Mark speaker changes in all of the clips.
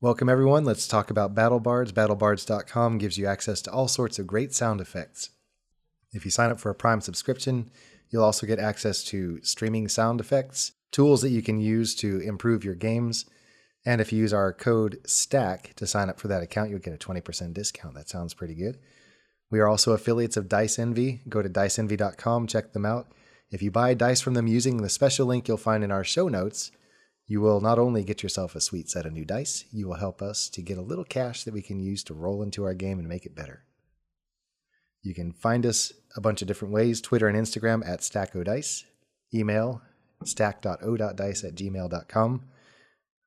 Speaker 1: Welcome, everyone. Let's talk about Battle Bards. BattleBards.com gives you access to all sorts of great sound effects. If you sign up for a Prime subscription, you'll also get access to streaming sound effects, tools that you can use to improve your games. And if you use our code STACK to sign up for that account, you'll get a 20% discount. That sounds pretty good. We are also affiliates of Dice Envy. Go to diceenvy.com, check them out. If you buy dice from them using the special link you'll find in our show notes, you will not only get yourself a sweet set of new dice, you will help us to get a little cash that we can use to roll into our game and make it better. You can find us a bunch of different ways Twitter and Instagram at StackO'Dice, email stack.o.dice at gmail.com,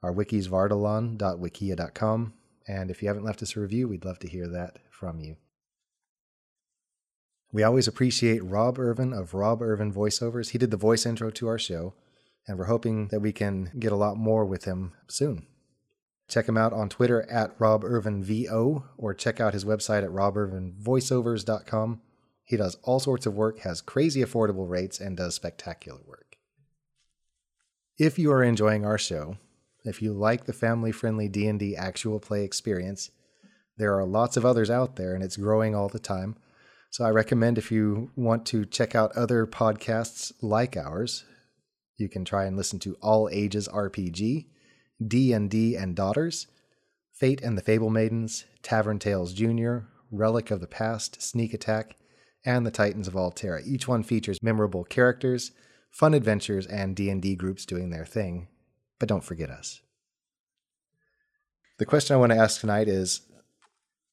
Speaker 1: our wiki's vardalon.wikia.com, and if you haven't left us a review, we'd love to hear that from you. We always appreciate Rob Irvin of Rob Irvin Voiceovers. He did the voice intro to our show, and we're hoping that we can get a lot more with him soon. Check him out on Twitter at Rob Irvin VO or check out his website at robirvinvoiceovers.com. He does all sorts of work, has crazy affordable rates, and does spectacular work. If you are enjoying our show, if you like the family-friendly D&D actual play experience, there are lots of others out there and it's growing all the time. So I recommend if you want to check out other podcasts like ours, you can try and listen to All Ages RPG, D&D and Daughters, Fate and the Fable Maidens, Tavern Tales Jr., Relic of the Past, Sneak Attack, and the Titans of Altera. Each one features memorable characters, fun adventures, and D&D groups doing their thing. But don't forget us. The question I want to ask tonight is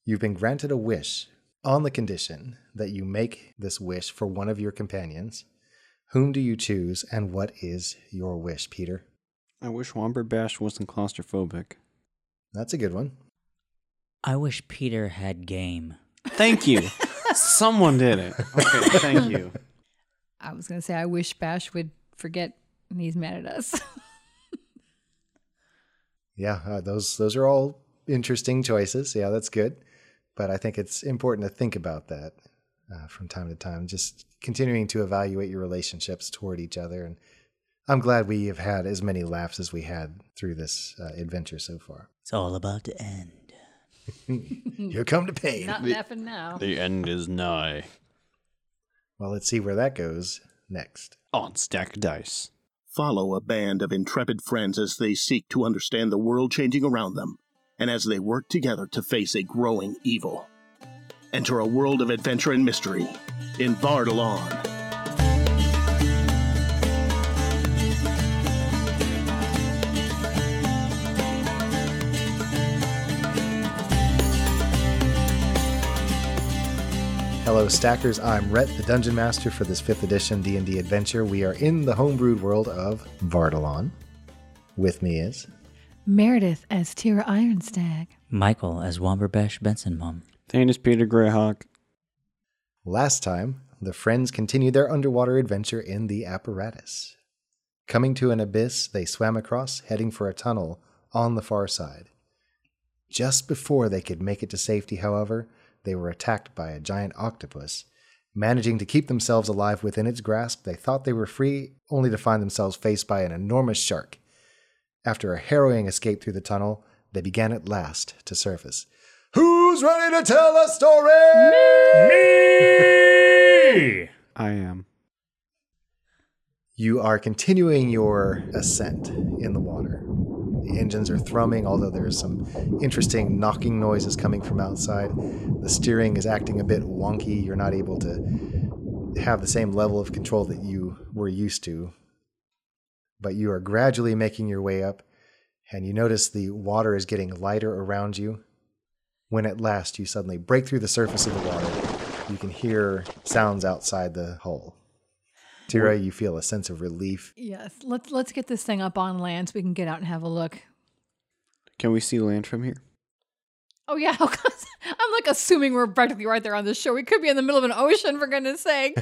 Speaker 1: You've been granted a wish on the condition that you make this wish for one of your companions. Whom do you choose, and what is your wish, Peter?
Speaker 2: I wish Womber Bash wasn't claustrophobic.
Speaker 1: That's a good one.
Speaker 3: I wish Peter had game.
Speaker 2: Thank you. Someone did it. Okay, thank you.
Speaker 4: I was gonna say I wish Bash would forget and he's mad at us.
Speaker 1: Yeah, uh, those those are all interesting choices. Yeah, that's good, but I think it's important to think about that uh, from time to time. Just continuing to evaluate your relationships toward each other, and I'm glad we have had as many laughs as we had through this uh, adventure so far.
Speaker 3: It's all about to end.
Speaker 1: Here come to pain.
Speaker 4: Not laughing now.
Speaker 2: The end is nigh.
Speaker 1: Well, let's see where that goes next.
Speaker 2: On stack Oh, dice.
Speaker 5: Follow a band of intrepid friends as they seek to understand the world changing around them and as they work together to face a growing evil. Enter a world of adventure and mystery in Vardalon.
Speaker 1: Hello, stackers. I'm Rhett, the dungeon master for this fifth edition D&D adventure. We are in the homebrewed world of Vardalon. With me is
Speaker 4: Meredith as Tira Ironstag.
Speaker 3: Michael as Womberbash Benson Mom.
Speaker 2: Thanos Peter Greyhawk.
Speaker 1: Last time, the friends continued their underwater adventure in the apparatus. Coming to an abyss, they swam across, heading for a tunnel on the far side. Just before they could make it to safety, however, they were attacked by a giant octopus. Managing to keep themselves alive within its grasp, they thought they were free, only to find themselves faced by an enormous shark. After a harrowing escape through the tunnel, they began at last to surface. Who's ready to tell a story?
Speaker 2: I am.
Speaker 1: You are continuing your ascent in the water. The engines are thrumming, although there's some interesting knocking noises coming from outside. The steering is acting a bit wonky. You're not able to have the same level of control that you were used to. But you are gradually making your way up, and you notice the water is getting lighter around you. When at last you suddenly break through the surface of the water, you can hear sounds outside the hull. Tira, you feel a sense of relief
Speaker 4: Yes, let's let's get this thing up on land so we can get out and have a look.
Speaker 2: Can we see land from here?
Speaker 4: Oh yeah, I'm like assuming we're practically right there on this shore. We could be in the middle of an ocean for goodness sake.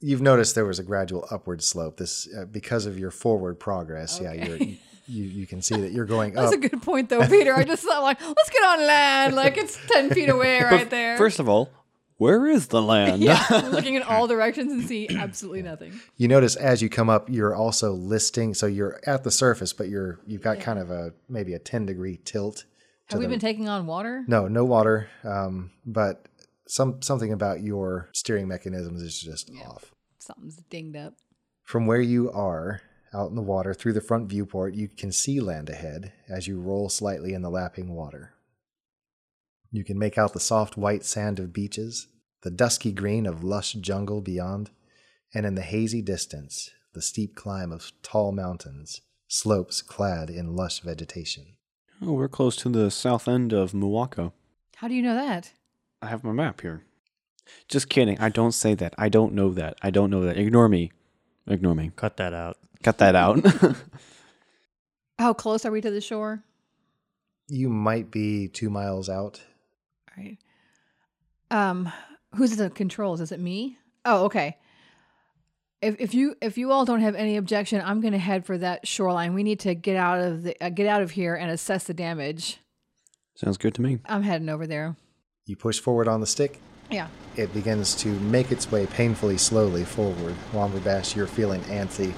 Speaker 1: you've noticed there was a gradual upward slope this uh, because of your forward progress yeah you're, you you can see that you're going
Speaker 4: That's
Speaker 1: up
Speaker 4: a good point though, Peter. I just thought like, let's get on land. Like it's ten feet away right
Speaker 2: But
Speaker 4: there.
Speaker 2: First of all, Where is the land?
Speaker 4: Yeah, looking in all directions and see absolutely nothing.
Speaker 1: You notice as you come up, you're also listing. So you're at the surface, but you're you've got kind of a maybe a ten degree tilt.
Speaker 4: Have we been taking on water?
Speaker 1: No, no water. Um, but some something about your steering mechanisms is just off.
Speaker 4: Something's dinged up.
Speaker 1: From where you are out in the water through the front viewport, you can see land ahead as you roll slightly in the lapping water. You can make out the soft white sand of beaches, the dusky green of lush jungle beyond, and in the hazy distance, the steep climb of tall mountains, slopes clad in lush vegetation.
Speaker 2: Oh, we're close to the south end of Muwako.
Speaker 4: How do you know that?
Speaker 2: I have my map here. Just kidding. I don't say that. I don't know that. I don't know that. Ignore me. Ignore me.
Speaker 3: Cut that out.
Speaker 2: Cut that out.
Speaker 4: How close are we to the shore?
Speaker 1: You might be two miles out.
Speaker 4: All right. Um, who's at the controls? Is it me? Oh, okay. If if you if you all don't have any objection, I'm going to head for that shoreline. We need to get out of the uh, get out of here and assess the damage.
Speaker 2: Sounds good to me.
Speaker 4: I'm heading over there.
Speaker 1: You push forward on the stick,
Speaker 4: Yeah.
Speaker 1: it begins to make its way painfully slowly forward. Womberbash, you're feeling antsy.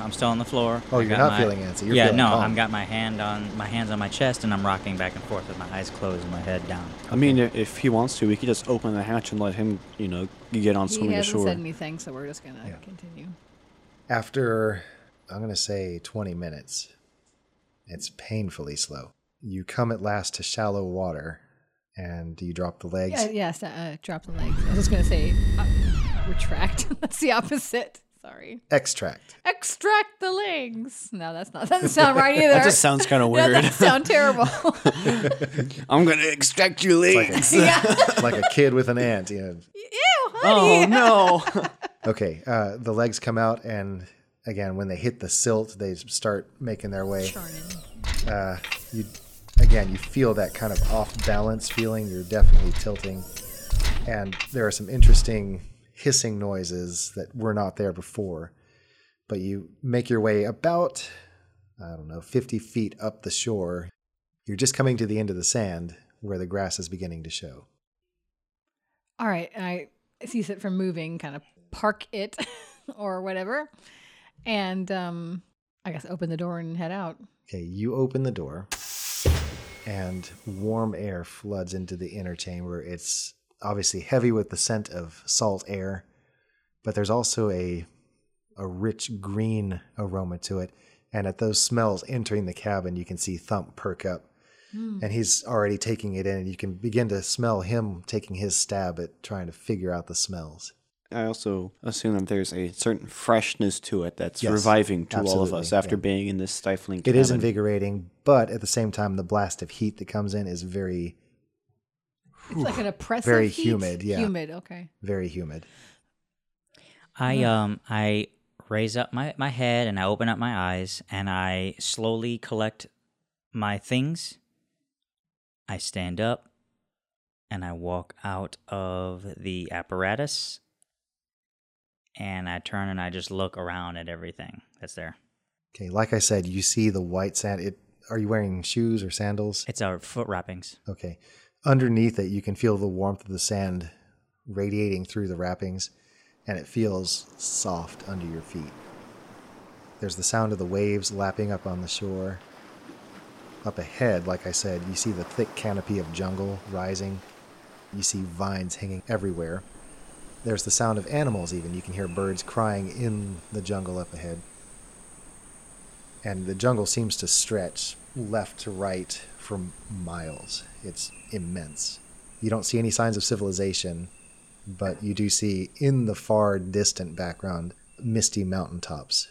Speaker 3: I'm still on the floor.
Speaker 1: Oh,
Speaker 3: I
Speaker 1: you're
Speaker 3: got
Speaker 1: not
Speaker 3: my-
Speaker 1: feeling antsy. You're
Speaker 3: yeah,
Speaker 1: feeling
Speaker 3: no,
Speaker 1: calm.
Speaker 3: I'm got my hand on my hands on my chest, and I'm rocking back and forth with my eyes closed and my head down.
Speaker 2: I mean, i- if he wants to, we could just open the hatch and let him, you know, get on
Speaker 4: He
Speaker 2: swimming
Speaker 4: hasn't
Speaker 2: ashore.
Speaker 4: said anything, so we're just going to continue.
Speaker 1: After, I'm going to say 20 minutes, it's painfully slow. You come at last to shallow water and you drop the legs.
Speaker 4: Yeah, yes, uh, uh, drop the legs. I was just going to say uh, retract. that's the opposite. Sorry.
Speaker 1: Extract.
Speaker 4: Extract the legs. No, that's not. That doesn't sound right either.
Speaker 2: That just sounds kind of
Speaker 4: No,
Speaker 2: weird.
Speaker 4: that sounds terrible.
Speaker 2: I'm gonna extract you later.
Speaker 4: yeah.
Speaker 1: like a kid with an ant. You know.
Speaker 4: Ew,
Speaker 2: oh
Speaker 4: honey.
Speaker 2: no!
Speaker 1: Okay, uh, the legs come out, and again, when they hit the silt, they start making their way. Uh, you, again, you feel that kind of off balance feeling. You're definitely tilting, and there are some interesting hissing noises that were not there before. But you make your way about, I don't know, 50 feet up the shore. You're just coming to the end of the sand where the grass is beginning to show.
Speaker 4: All right. I cease it from moving, kind of park it or whatever. And um, I guess open the door and head out.
Speaker 1: Okay, you open the door, and warm air floods into the inner chamber. It's obviously heavy with the scent of salt air, but there's also a a rich green aroma to it. And at those smells entering the cabin, you can see Thump perk up, and he's already taking it in. And you can begin to smell him taking his stab at trying to figure out the smells.
Speaker 2: I also assume that there's a certain freshness to it that's
Speaker 1: Yes,
Speaker 2: reviving to all of us
Speaker 1: absolutely,
Speaker 2: after
Speaker 1: yeah.
Speaker 2: being in this stifling.
Speaker 1: It is
Speaker 2: cabin.
Speaker 1: invigorating, but at the same time, the blast of heat that comes in is very,
Speaker 4: It's like an oppressive,
Speaker 1: Very
Speaker 4: heat.
Speaker 1: humid, yeah.
Speaker 4: humid. Okay.
Speaker 1: very humid.
Speaker 4: Mm-hmm.
Speaker 3: I um I raise up my, my head and I open up my eyes and I slowly collect my things. I stand up and I walk out of the apparatus and I turn and I just look around at everything that's there.
Speaker 1: Okay, like I said, you see the white sand. It, are you wearing shoes or sandals?
Speaker 3: It's our foot wrappings.
Speaker 1: Okay. Underneath it, you can feel the warmth of the sand radiating through the wrappings, and it feels soft under your feet. There's the sound of the waves lapping up on the shore. Up ahead, like I said, you see the thick canopy of jungle rising. You see vines hanging everywhere. There's the sound of animals, even. You can hear birds crying in the jungle up ahead and the jungle seems to stretch left to right for miles. It's immense. You don't see any signs of civilization, but you do see in the far distant background misty mountaintops.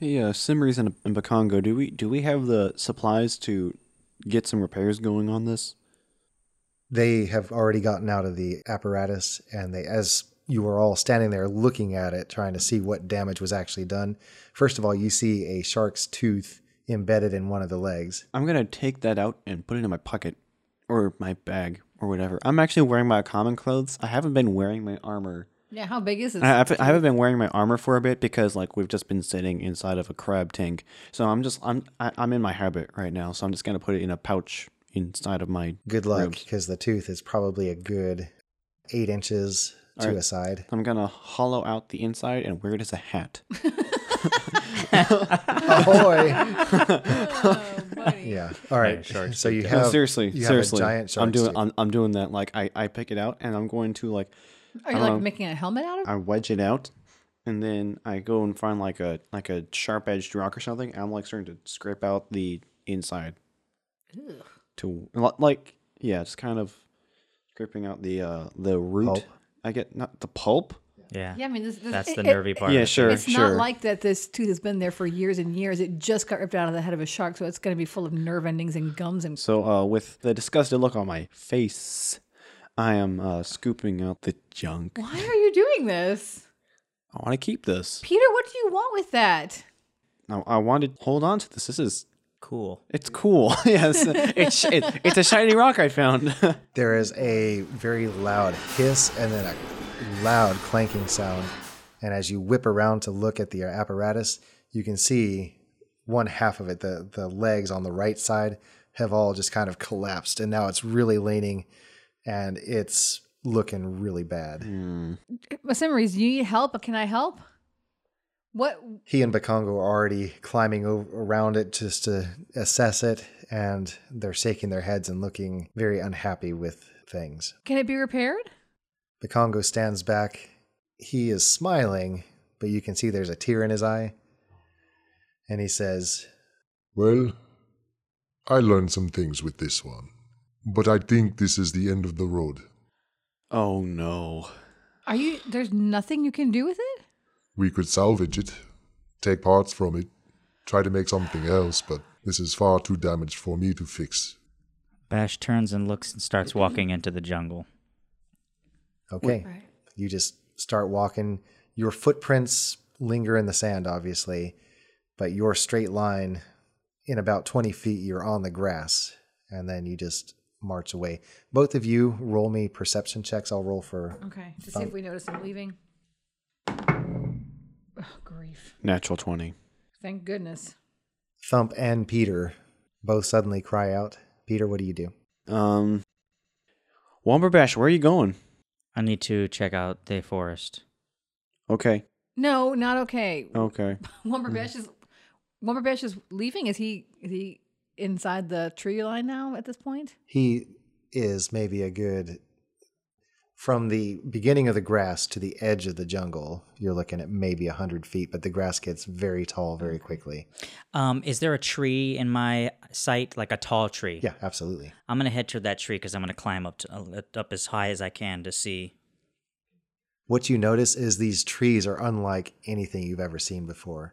Speaker 2: Hey, uh, Simmeries and, and Bakongo, do we do we have the supplies to get some repairs going on this?
Speaker 1: They have already gotten out of the apparatus, and they, as you were all standing there looking at it, trying to see what damage was actually done, first of all, you see a shark's tooth embedded in one of the legs.
Speaker 2: I'm gonna take that out and put it in my pocket or my bag or whatever. I'm actually wearing my common clothes. I haven't been wearing my armor.
Speaker 4: Yeah. How big is this?
Speaker 2: I haven't, I haven't been wearing my armor for a bit because like we've just been sitting inside of a crab tank. So I'm just I'm I, I'm in my habit right now. So I'm just gonna put it in a pouch inside of my.
Speaker 1: Good luck,
Speaker 2: Rubes.
Speaker 1: because the tooth is probably a good eight inches to
Speaker 2: Alright.
Speaker 1: a side.
Speaker 2: I'm gonna hollow out the inside and wear it as a hat.
Speaker 1: Ahoy!
Speaker 4: Oh, buddy.
Speaker 1: yeah. All right.
Speaker 6: sharks
Speaker 1: so
Speaker 6: are
Speaker 1: you
Speaker 6: dead.
Speaker 1: have
Speaker 2: no, seriously,
Speaker 1: you have
Speaker 2: seriously,
Speaker 1: a giant shark.
Speaker 2: I'm doing I'm, I'm doing that. Like I, I pick it out and I'm going to like
Speaker 4: Are you
Speaker 2: I
Speaker 4: like
Speaker 2: don't know.
Speaker 4: making a helmet out of? it?
Speaker 2: I wedge it out, and then I go and find like a like a sharp edged rock or something. And I'm like starting to scrape out the inside to li- like yeah, just kind of scraping out the uh the root.
Speaker 1: Pulp.
Speaker 2: I get not the pulp.
Speaker 3: Yeah.
Speaker 4: Yeah, I mean, this, this,
Speaker 3: That's
Speaker 4: it-
Speaker 3: the
Speaker 4: it-
Speaker 3: nervy part.
Speaker 2: yeah,
Speaker 3: of it.
Speaker 2: sure,
Speaker 4: It's
Speaker 2: sure.
Speaker 4: not like that. This tooth has been there for years and years. It just got ripped out of the head of a shark, so it's going to be full of nerve endings and gums and.
Speaker 2: so uh, with the disgusted look on my face, I am uh, scooping out the junk.
Speaker 4: Why are you doing this,
Speaker 2: I want to keep this.
Speaker 4: Peter? What do you want with that?
Speaker 2: I, I wanted hold on to this. This is
Speaker 3: Cool.
Speaker 2: it's cool. yes, it's it, it's a shiny rock I found.
Speaker 1: There is a very loud hiss and then a loud clanking sound. And as you whip around to look at the apparatus, you can see one half of it, the, the legs on the right side, have all just kind of collapsed. And now it's really leaning and it's looking really bad.
Speaker 4: Masimri, Uh, do you need help? Can I help? What?
Speaker 1: He and Bakongo are already climbing o- around it just to assess it. And they're shaking their heads and looking very unhappy with things.
Speaker 4: Can it be repaired?
Speaker 1: The Congo stands back. He is smiling, but you can see there's a tear in his eye. And he says,
Speaker 7: Well, I learned some things with this one, but I think this is the end of the road.
Speaker 2: oh no.
Speaker 4: Are you? There's nothing you can do with it.
Speaker 7: We could salvage it, take parts from it, try to make something else, but this is far too damaged for me to fix.
Speaker 3: Bash turns and looks and starts walking into the jungle.
Speaker 1: Okay. You just start walking. Your footprints linger in the sand, obviously, but your straight line, in about 20 feet, you're on the grass. And then you just march away. Both of you roll me perception checks. I'll roll for.
Speaker 4: Okay. To see if we notice him leaving. Oh, grief.
Speaker 2: Natural twenty.
Speaker 4: Thank goodness.
Speaker 1: Thump and Peter both suddenly cry out. Peter, what do you do?
Speaker 2: Um, Womberbash, where are you going?
Speaker 3: I need to check out the forest.
Speaker 2: Okay,
Speaker 4: No, not okay.
Speaker 2: okay.
Speaker 3: Mm.
Speaker 4: Wumberbash is Wumberbash is leaving. Is he is he inside the tree line now at this point?
Speaker 1: he is maybe a good from the beginning of the grass to the edge of the jungle you're looking at maybe 100 feet but the grass gets very tall very quickly
Speaker 3: Um, is there a tree in my sight, like a tall tree?
Speaker 1: yeah absolutely
Speaker 3: I'm gonna head to that tree because I'm gonna climb up to, uh, up as high as I can to see.
Speaker 1: what you notice is these trees are unlike anything you've ever seen before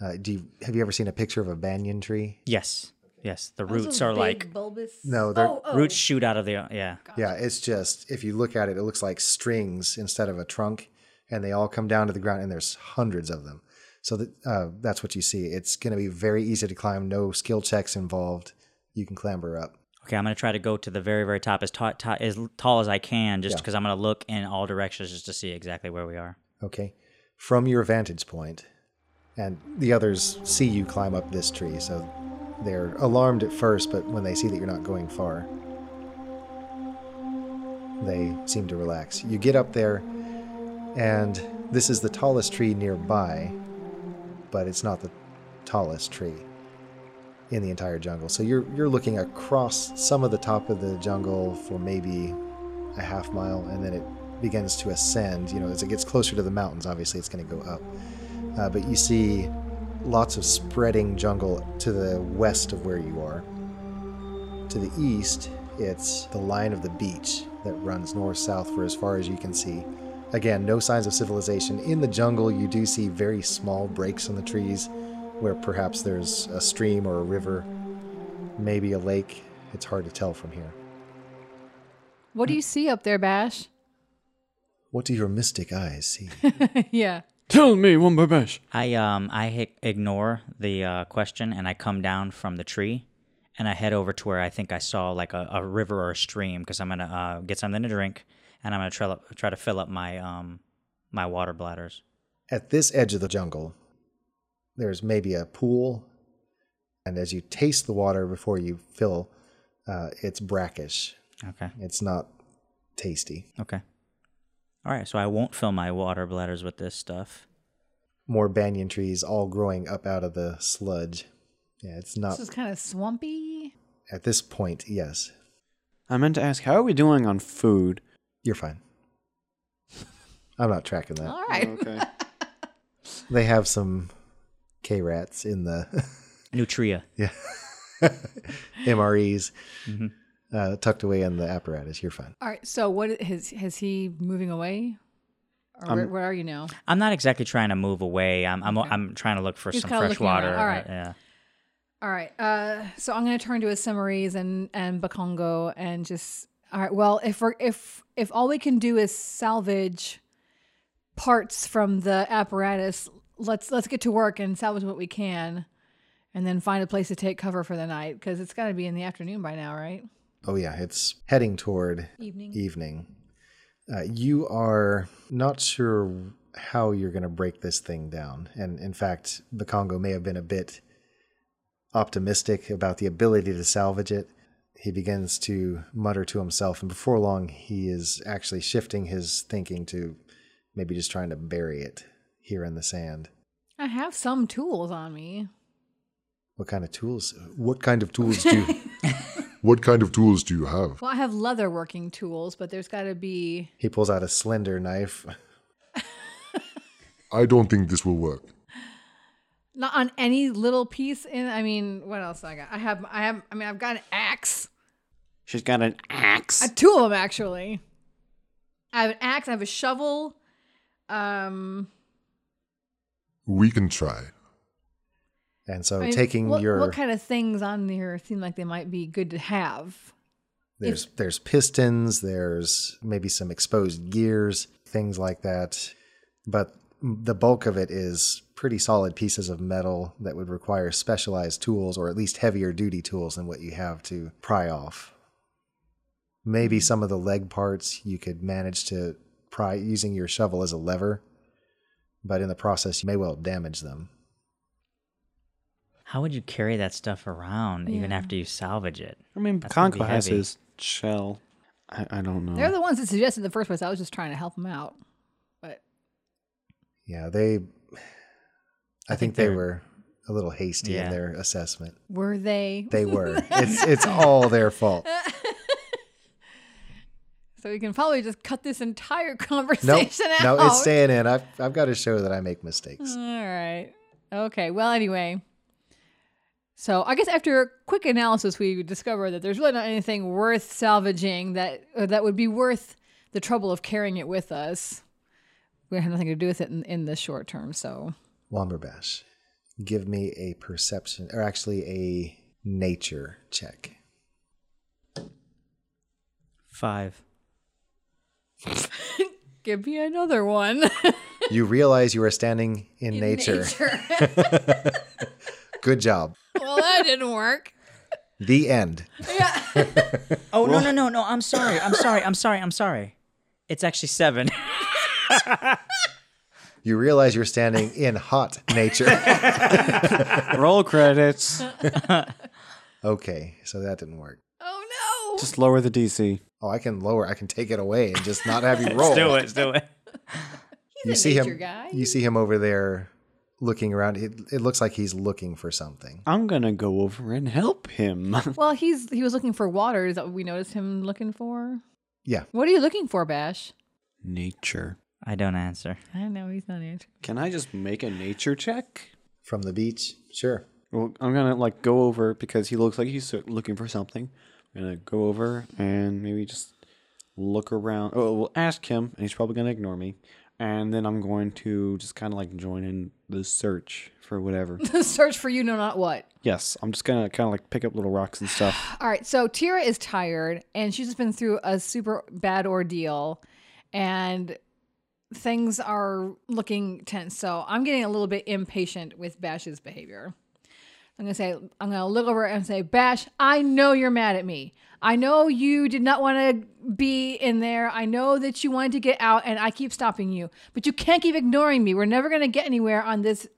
Speaker 1: uh, do you, have you ever seen a picture of a banyan tree
Speaker 3: Yes, yes. The roots are like
Speaker 4: bulbous. Oh,
Speaker 1: no they're
Speaker 3: roots shoot out of the uh, yeah.
Speaker 1: yeah it's just if you look at it it looks like strings instead of a trunk and they all come down to the ground and there's hundreds of them so that, uh, that's what you see it's going to be very easy to climb no skill checks involved you can clamber up
Speaker 3: Okay, I'm gonna try to go to the very very top as ta- ta- as tall as I can, just
Speaker 1: Yeah.
Speaker 3: because I'm gonna look in all directions just to see exactly where we are.
Speaker 1: okay from your vantage point and the others see you climb up this tree so they're alarmed at first but when they see that you're not going far they seem to relax you get up there and this is the tallest tree nearby but it's not the tallest tree in the entire jungle so you're you're looking across some of the top of the jungle for maybe a half mile and then it begins to ascend you know as it gets closer to the mountains obviously it's going to go up uh, but you see lots of spreading jungle to the west of where you are to the east it's the line of the beach that runs north south for as far as you can see again no signs of civilization in the jungle you do see very small breaks in the trees where perhaps there's a stream or a river maybe a lake it's hard to tell from here
Speaker 4: What do you see up there, Bash?
Speaker 1: What do your mystic eyes see?
Speaker 4: yeah.
Speaker 2: Tell me, Womberbash.
Speaker 3: I um I hi- ignore the uh, question and I come down from the tree, and I head over to where I think I saw like a, a river or a stream because I'm gonna uh, get something to drink and I'm gonna try to, try to fill up my um my water bladders.
Speaker 1: At this edge of the jungle, there's maybe a pool, and as you taste the water before you fill, Uh, it's brackish.
Speaker 3: Okay.
Speaker 1: It's not tasty.
Speaker 3: Okay. All right. So I won't fill my water bladders with this stuff.
Speaker 1: More banyan trees all growing up out of the sludge. Yeah, it's not
Speaker 4: This is kind of swampy.
Speaker 1: at this point. Yes,
Speaker 2: I meant to ask, how are we doing on food?
Speaker 1: you're fine. I'm not tracking that.
Speaker 4: All right.
Speaker 2: Okay.
Speaker 1: They have some K rats in the
Speaker 3: Nutria.
Speaker 1: yeah MREs uh, tucked away in the apparatus. You're fine.
Speaker 4: All right. So what has has he moving away? Or where, where are you now?
Speaker 3: I'm not exactly trying to move away. I'm I'm, I'm trying to look for
Speaker 4: Just
Speaker 3: some
Speaker 4: kinda
Speaker 3: fresh
Speaker 4: looking around.
Speaker 3: water.
Speaker 4: All right.
Speaker 3: Yeah.
Speaker 4: All right. Uh, so I'm going to turn to his summaries and and Bakongo and just all right. Well, if we're if if all we can do is salvage parts from the apparatus, let's let's get to work and salvage what we can, and then find a place to take cover for the night because it's got to be in the afternoon by now, right?
Speaker 1: Oh yeah, it's heading toward
Speaker 4: Evening.
Speaker 1: evening. Uh, you are not sure how you're going to break this thing down. And in fact, the Congo may have been a bit optimistic about the ability to salvage it. He begins to mutter to himself, and before long, he is actually shifting his thinking to maybe just trying to bury it here in the sand.
Speaker 4: I have some tools on me.
Speaker 1: What kind of tools? What kind of tools do you?
Speaker 7: What kind of tools do you have?
Speaker 4: Well, I have leather working tools, but there's got to be
Speaker 1: he pulls out a slender knife.
Speaker 7: I don't think this will work.
Speaker 4: not on any little piece in i mean what else i got i have i have i mean i've got an axe
Speaker 2: She's got an axe.
Speaker 4: I have two of them actually i have an axe i have a shovel um
Speaker 7: We can try.
Speaker 1: And so,
Speaker 4: I mean,
Speaker 1: taking
Speaker 4: what,
Speaker 1: your
Speaker 4: what kind of things on here seem like they might be good to have
Speaker 1: There's there's pistons, there's maybe some exposed gears, things like that. But the bulk of it is pretty solid pieces of metal that would require specialized tools or at least heavier duty tools than what you have to pry off. Maybe some of the leg parts you could manage to pry using your shovel as a lever, but in the process you may well damage them.
Speaker 3: How would you carry that stuff around even
Speaker 4: Yeah.
Speaker 3: after you salvage it?
Speaker 2: I mean,
Speaker 3: That's gonna be
Speaker 2: Congo has
Speaker 3: heavy.
Speaker 2: his shell. I, I don't know.
Speaker 4: they're the ones that suggested in the first place i was just trying to help them out but
Speaker 1: Yeah, they I, think,
Speaker 3: think
Speaker 1: they
Speaker 3: they're-
Speaker 1: were a little hasty
Speaker 3: Yeah.
Speaker 1: in their assessment.
Speaker 4: were they
Speaker 1: They were. it's it's all their fault.
Speaker 4: so we can probably just cut this entire
Speaker 1: No,
Speaker 4: conversation out
Speaker 1: no, it's staying in. I've I've got to show that I make mistakes.
Speaker 4: All right. Okay. Well, anyway. So I guess after a quick analysis, we discover that there's really not anything worth salvaging that uh, that would be worth the trouble of carrying it with us. We have nothing to do with it in, in the short term. So
Speaker 1: Womberbash, give me a perception, or actually a nature check.
Speaker 3: Five.
Speaker 4: give me another one.
Speaker 1: You realize you are standing in, nature. Good job.
Speaker 4: well, that didn't work.
Speaker 1: The end.
Speaker 3: Oh no no no no! I'm sorry. I'm sorry. I'm sorry. I'm sorry. It's actually seven.
Speaker 1: You realize you're standing in hot nature.
Speaker 2: Roll credits.
Speaker 1: okay, so that didn't work.
Speaker 4: Oh no.
Speaker 2: Just lower the DC.
Speaker 1: Oh, I can lower. I can take it away and just not have you roll.
Speaker 4: Oh.
Speaker 3: do it. Let's do it.
Speaker 1: you
Speaker 4: a
Speaker 1: see
Speaker 4: nature
Speaker 1: him.
Speaker 4: guy.
Speaker 1: You see him over there, looking around. It, it looks like he's looking for something.
Speaker 2: I'm gonna go over and help him.
Speaker 4: Well, he's he was looking for water. Is that what we noticed him looking for?
Speaker 1: Yeah.
Speaker 4: What are you looking for, Bash?
Speaker 2: nature.
Speaker 3: I don't answer.
Speaker 4: I know he's not answering.
Speaker 2: Can I just make a nature check?
Speaker 1: From the beach. Sure.
Speaker 2: Well, I'm gonna like go over because he looks like he's looking for something. I'm gonna go over and maybe just look around. Oh, we'll ask him, and he's probably gonna ignore me. And then I'm going to just kind of like join in the search for whatever.
Speaker 4: Search for you know not what.
Speaker 2: yes, I'm just gonna kind of like pick up little rocks and stuff.
Speaker 4: All right, so Tira is tired and she's just been through a super bad ordeal and things are looking tense. So I'm getting a little bit impatient with Bash's behavior. I'm going to say, I'm going to look over and say, Bash, I know you're mad at me. I know you did not want to be in there. I know that you wanted to get out and I keep stopping you, but you can't keep ignoring me. We're never going to get anywhere on this,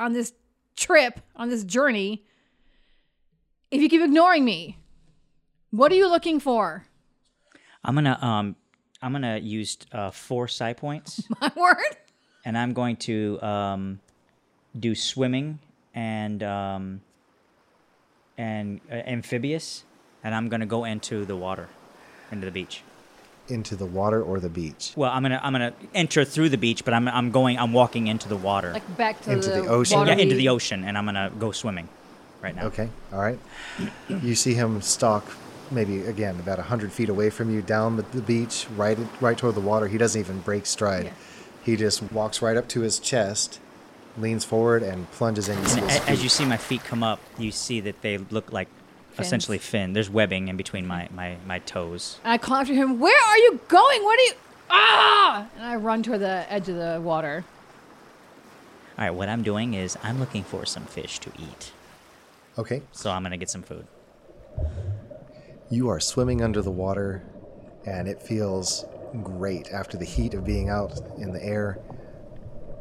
Speaker 4: on this trip, on this journey if you keep ignoring me. What are you looking for?
Speaker 3: I'm gonna um I'm gonna use uh four psi points
Speaker 4: My word.
Speaker 3: and I'm going to um do swimming and um and uh, amphibious and I'm gonna go into the water into the beach.
Speaker 1: into the water or the beach.
Speaker 3: Well, I'm gonna I'm gonna enter through the beach, but I'm I'm going I'm walking into the water.
Speaker 4: Like back to
Speaker 1: Into
Speaker 4: the,
Speaker 1: the ocean.
Speaker 4: water
Speaker 3: yeah, into
Speaker 4: we-
Speaker 3: the ocean, and I'm gonna go swimming right now.
Speaker 1: Okay, all right. You see him stalk, maybe again about hundred feet away from you, down the, the beach, right right toward the water. He doesn't even break stride.
Speaker 4: Yeah.
Speaker 1: He just walks right up to his chest, leans forward, and plunges in. You see
Speaker 3: And
Speaker 1: his
Speaker 3: a- as
Speaker 1: feet.
Speaker 3: you see my feet come up, you see that they look like
Speaker 4: Fins.
Speaker 3: essentially fin. There's webbing in between my, my, my toes.
Speaker 4: And I call after him, Where are you going? What are you. Ah! And I run toward the edge of the water.
Speaker 3: All right, what I'm doing is I'm looking for some fish to eat.
Speaker 1: okay,
Speaker 3: So I'm gonna get some food.
Speaker 1: You are swimming under the water, and it feels great after the heat of being out in the air.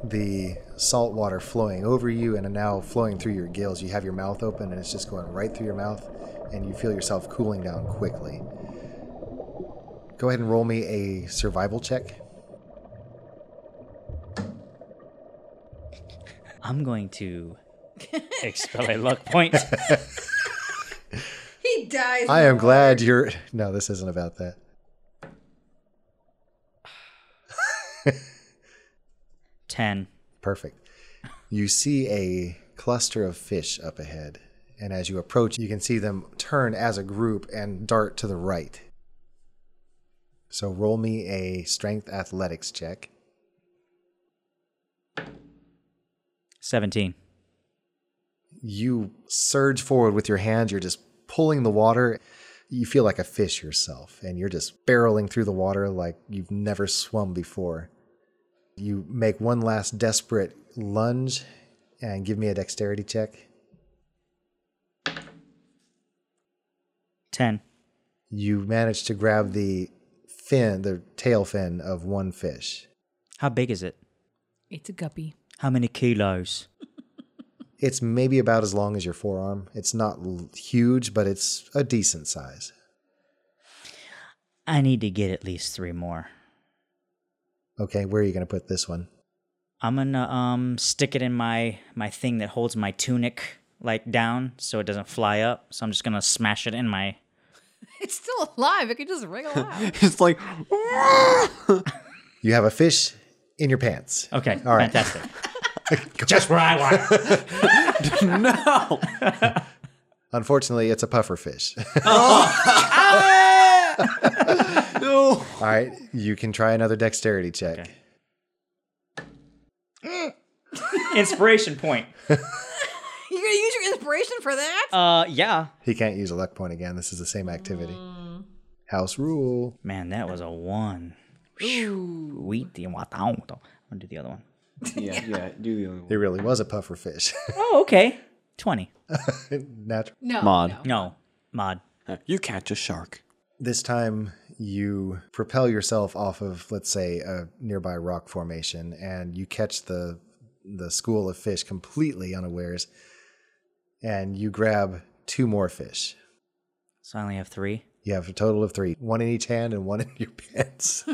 Speaker 1: The salt water flowing over you and now flowing through your gills. You have your mouth open, and it's just going right through your mouth, and you feel yourself cooling down quickly. Go ahead and roll me a survival check.
Speaker 3: I'm going to expel a luck point.
Speaker 6: He dies.
Speaker 1: I am glad you're. No, this isn't about that.
Speaker 3: Ten.
Speaker 1: Perfect. You see a cluster of fish up ahead, and as you approach, you can see them turn as a group and dart to the right. So roll me a strength athletics check.
Speaker 3: Seventeen.
Speaker 1: You surge forward with your hands, you're just pulling the water. You feel like a fish yourself, and you're just barreling through the water like you've never swum before. You make one last desperate lunge and give me a dexterity check.
Speaker 3: Ten.
Speaker 1: you manage to grab the fin, the tail fin of one fish.
Speaker 3: How big is it?
Speaker 4: It's a guppy.
Speaker 3: How many kilos?
Speaker 1: It's maybe about as long as your forearm. It's not l- huge, but it's a decent size.
Speaker 3: I need to get at least three more.
Speaker 1: Okay, where are you going to put this one?
Speaker 3: I'm gonna um stick it in my my thing that holds my tunic like down so it doesn't fly up. So I'm just gonna smash it in my
Speaker 4: It's still alive. It could just wriggle out.
Speaker 2: It's like
Speaker 1: You have a fish in your pants.
Speaker 3: Okay.
Speaker 1: All right.
Speaker 3: Fantastic. Just where I want. it.
Speaker 2: no.
Speaker 1: Unfortunately, it's a puffer fish.
Speaker 2: No.
Speaker 1: All right, you can try another dexterity check.
Speaker 3: Okay. Inspiration point.
Speaker 4: You're going to use your inspiration for that?
Speaker 3: Uh, yeah.
Speaker 1: He can't use a luck point again. This is the same activity. House rule.
Speaker 3: Man, that was a one. Phew. We the what the- I'm gonna do the other one.
Speaker 2: Yeah, yeah. Do the other
Speaker 1: It really was a puffer fish.
Speaker 3: Oh, okay. Twenty.
Speaker 1: Natural.
Speaker 4: no.
Speaker 2: Mod.
Speaker 4: no.
Speaker 3: No, mod.
Speaker 2: one. Uh, You catch a shark.
Speaker 1: This time you propel yourself off of, let's say, a nearby rock formation, and you catch the the school of fish completely unawares, and you grab two more fish.
Speaker 3: So I only have three.
Speaker 1: You have a total of three, one in each hand and one in your pants,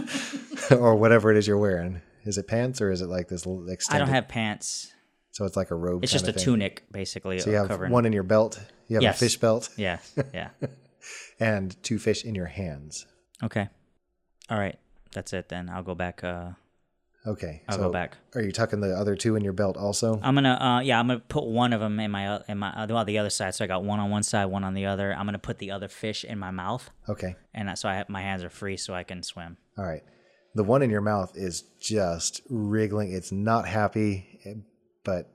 Speaker 1: or whatever it is you're wearing. Is it pants or is it like this little extended?
Speaker 3: I don't have pants.
Speaker 1: So it's like a robe.
Speaker 3: It's
Speaker 1: kind
Speaker 3: just a
Speaker 1: of thing.
Speaker 3: tunic, basically.
Speaker 1: So you have
Speaker 3: covering.
Speaker 1: one in your belt. You have
Speaker 3: Yes.
Speaker 1: a fish belt
Speaker 3: Yeah. Yeah.
Speaker 1: and two fish in your hands.
Speaker 3: okay. All right. That's it then. I'll go back. Uh,
Speaker 1: Okay.
Speaker 3: I'll
Speaker 1: so
Speaker 3: go back.
Speaker 1: Are you tucking the other two in your belt also?
Speaker 3: I'm gonna. Uh, yeah. I'm gonna put one of them in my o- in my uh, well, the other side. So I got one on one side, one on the other. I'm gonna put the other fish in my mouth,
Speaker 1: Okay.
Speaker 3: and I, so I have, my hands are free, so I can swim.
Speaker 1: All right. The one in your mouth is just wriggling. It's not happy, eh, but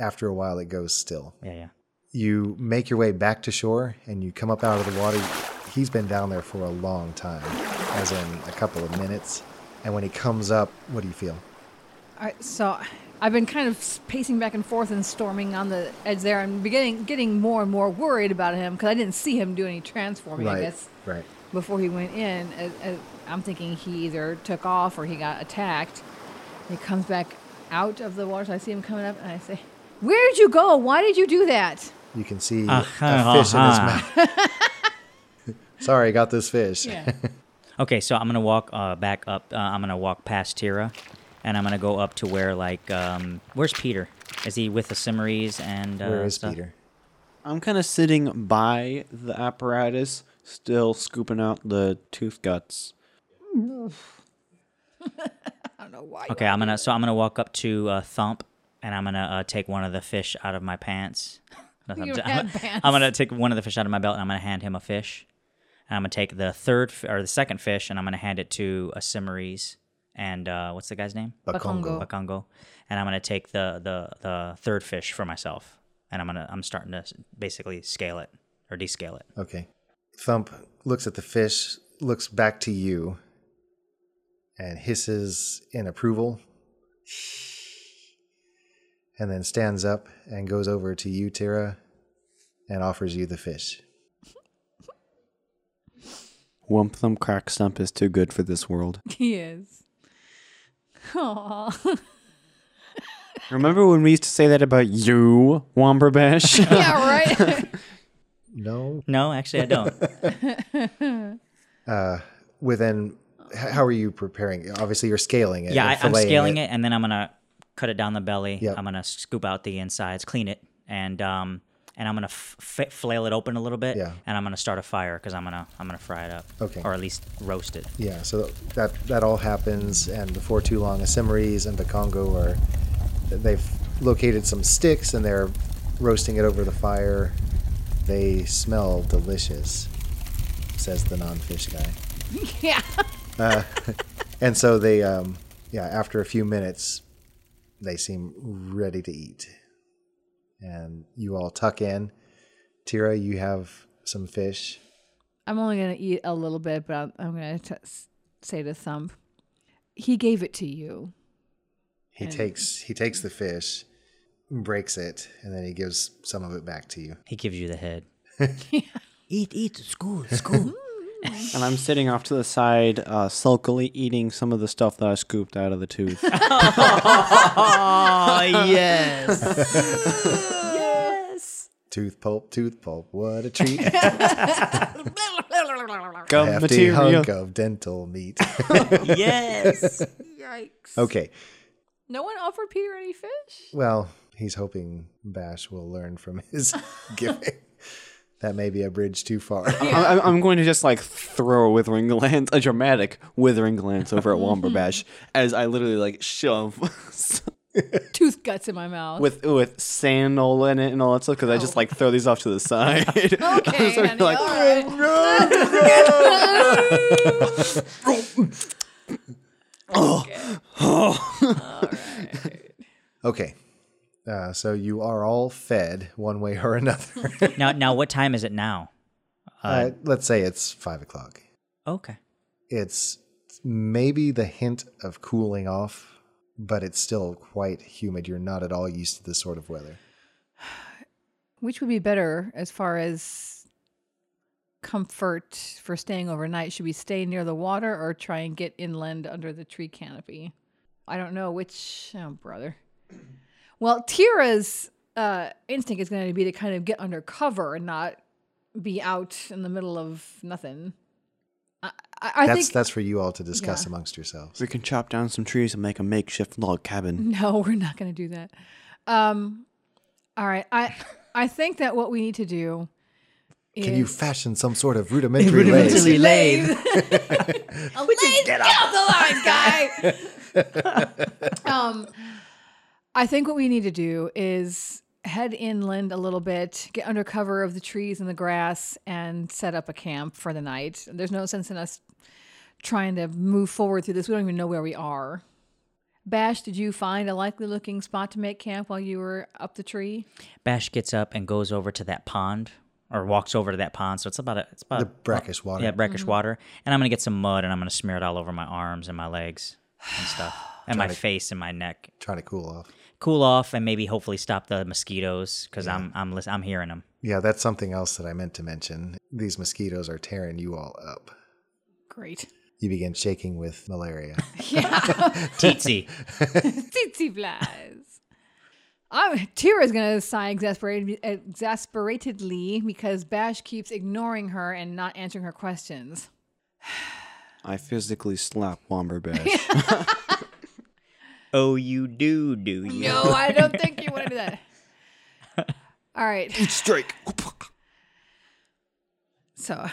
Speaker 1: after a while it goes still.
Speaker 3: Yeah. Yeah.
Speaker 1: You make your way back to shore and you come up out of the water. He's been down there for a long time, as in a couple of minutes. And when he comes up, what do you feel?
Speaker 4: All right, so I've been kind of pacing back and forth and storming on the edge there. I'm beginning getting more and more worried about him because I didn't see him do any transforming. I guess
Speaker 1: Right.
Speaker 4: before he went in, as, as I'm thinking he either took off or he got attacked. He comes back out of the water. So I see him coming up, and I say, "Where did you go? Why did you do that?"
Speaker 1: You can see
Speaker 3: Uh-huh,
Speaker 1: a fish in his
Speaker 3: uh-huh.
Speaker 1: mouth. Sorry, I got this fish.
Speaker 3: Okay, so I'm gonna walk uh, back up. Uh, I'm gonna walk past Tira, and I'm gonna go up to where like um, where's Peter? Is he with the Cimmeries and uh,
Speaker 1: Where is
Speaker 3: stuff?
Speaker 1: Peter?
Speaker 2: I'm kind of sitting by the apparatus, still scooping out the tooth guts.
Speaker 4: I don't know why.
Speaker 3: Okay, I'm gonna so I'm gonna walk up to uh, Thump, and I'm gonna uh, take one of the fish out of my pants. No, I'm,
Speaker 4: You
Speaker 3: just-
Speaker 4: had
Speaker 3: I'm,
Speaker 4: pants.
Speaker 3: I'm gonna take one of the fish out of my belt, and I'm gonna hand him a fish. And I'm gonna take the third f- or the second fish, and I'm gonna hand it to a Cimmeries and uh, what's the guy's name?
Speaker 4: Bakongo.
Speaker 3: Bakongo. And I'm gonna take the the the third fish for myself, and I'm gonna I'm starting to s- basically scale it or descale it.
Speaker 1: Okay. Thump looks at the fish, looks back to you, and hisses in approval. And then stands up and goes over to you, Tira, and offers you the fish.
Speaker 2: Wump Thumb Crack Stump is too good for this world.
Speaker 4: He is. Aw.
Speaker 2: Remember when we used to say that about you, Womberbash?
Speaker 4: yeah, right.
Speaker 1: No.
Speaker 3: No, actually I don't.
Speaker 1: Within, h- how are you preparing? Obviously, you're scaling it.
Speaker 3: yeah,
Speaker 1: and
Speaker 3: I, I'm
Speaker 1: filleting
Speaker 3: scaling it. and then I'm gonna cut it down the belly.
Speaker 1: Yep.
Speaker 3: I'm gonna scoop out the insides, clean it, and um, and I'm gonna f- f- flail it open a little bit.
Speaker 1: Yeah.
Speaker 3: And I'm gonna start a fire because I'm gonna I'm gonna fry it up.
Speaker 1: Okay.
Speaker 3: Or at least roast it.
Speaker 1: Yeah, so that that all happens, and before too long, Asimaris and Bakongo are they've located some sticks and they're roasting it over the fire. They smell delicious, says the non-fish guy.
Speaker 4: yeah.
Speaker 1: And so they, um, yeah, after a few minutes, they seem ready to eat, and you all tuck in. Tira, you have some fish.
Speaker 4: I'm only gonna eat a little bit, but I'm, I'm gonna t- s- say to Thump, he gave it to you.
Speaker 1: He takes he takes the fish, breaks it, and then he gives some of it back to you.
Speaker 3: He gives you the head. eat, eat, school, school.
Speaker 2: and I'm sitting off to the side, uh, sulkily eating some of the stuff that I scooped out of the tooth.
Speaker 3: oh yes.
Speaker 1: Tooth pulp, tooth pulp, what a treat.
Speaker 2: Gum
Speaker 1: Hefty
Speaker 2: material.
Speaker 1: hunk of dental meat.
Speaker 3: yes.
Speaker 4: Yikes!
Speaker 1: okay.
Speaker 4: No one offered Peter any fish.
Speaker 1: Well, he's hoping Bash will learn from his giving. That may be a bridge too far.
Speaker 2: I- I- I'm going to just like throw a withering glance, a dramatic withering glance over at Womberbash as I literally like shove
Speaker 4: Tooth guts in my mouth.
Speaker 2: with with sand all in it and all that stuff because I just like throw these off to the side.
Speaker 4: okay,
Speaker 2: sort of
Speaker 4: honey,
Speaker 2: like,
Speaker 4: all right.
Speaker 1: Okay. Uh, so you are all fed one way or another.
Speaker 3: Now, now, what time is it now?
Speaker 1: Uh, let's say it's five o'clock.
Speaker 3: Okay.
Speaker 1: It's maybe the hint of cooling off, but it's still quite humid. You're not at all used to this sort of weather.
Speaker 4: Which would be better as far as comfort for staying overnight? Should we stay near the water or try and get inland under the tree canopy? I don't know which, oh, brother. Well, Tira's uh, instinct is going to be to kind of get under cover and not be out in the middle of nothing. I, I, I
Speaker 1: that's
Speaker 4: think
Speaker 1: that's for you all to discuss amongst yourselves.
Speaker 2: we can chop down some trees and make a makeshift log cabin.
Speaker 4: No, we're not going to do that. Um, all right. I I think that what we need to do is
Speaker 1: Can you fashion some sort of rudimentary,
Speaker 3: rudimentary-
Speaker 1: lace?
Speaker 3: Really lame.
Speaker 4: get off the line, guy. um, I think what we need to do is head inland a little bit, get under cover of the trees and the grass, and set up a camp for the night. There's no sense in us trying to move forward through this. We don't even know where we are. Bash, did you find a likely looking spot to make camp while you were up the tree?
Speaker 3: Bash gets up and goes over to that pond, or walks over to that pond. So it's about a, it's about
Speaker 1: The brackish water.
Speaker 3: Yeah, brackish
Speaker 4: Mm-hmm.
Speaker 3: water. And I'm gonna get some mud and I'm gonna smear it all over my arms and my legs and stuff. And my face and my neck.
Speaker 1: Trying to cool off.
Speaker 3: Cool off and maybe hopefully stop the mosquitoes because I'm I'm lis- I'm hearing them.
Speaker 1: Yeah, that's something else that I meant to mention. These mosquitoes are tearing you all up.
Speaker 4: Great.
Speaker 1: You begin shaking with malaria.
Speaker 4: Yeah.
Speaker 3: Tsetse.
Speaker 4: Tsetse flies. I'm, Tira's Ah, gonna sigh exasperated, exasperatedly because Bash keeps ignoring her and not answering her questions.
Speaker 2: I physically slap Womberbash.
Speaker 3: Oh, you do, do you?
Speaker 4: No, I don't think you want to do that. All right. Strike. So,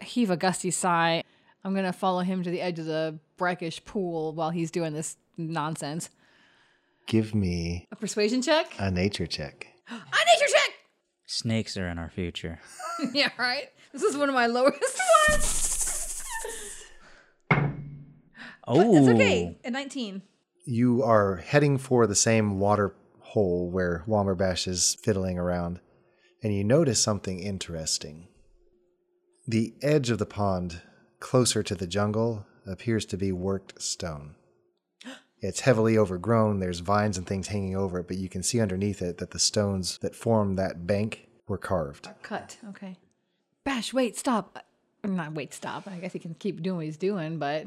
Speaker 4: heave a gusty sigh. I'm gonna follow him to the edge of the brackish pool while he's doing this nonsense.
Speaker 1: Give me
Speaker 4: A persuasion check.
Speaker 1: a nature check.
Speaker 4: I need your check.
Speaker 3: Snakes are in our future.
Speaker 4: Yeah, right. This is one of my lowest ones.
Speaker 3: Oh,
Speaker 4: It's okay. At 19.
Speaker 1: You are heading for the same water hole where Womberbash is fiddling around, and you notice something interesting. The edge of the pond, closer to the jungle, appears to be worked stone. It's heavily overgrown, there's vines and things hanging over it, but you can see underneath it that the stones that form that bank were carved.
Speaker 4: Cut. Okay. Bash, wait, stop. Uh, Not wait, stop. I guess he can keep doing what he's doing, but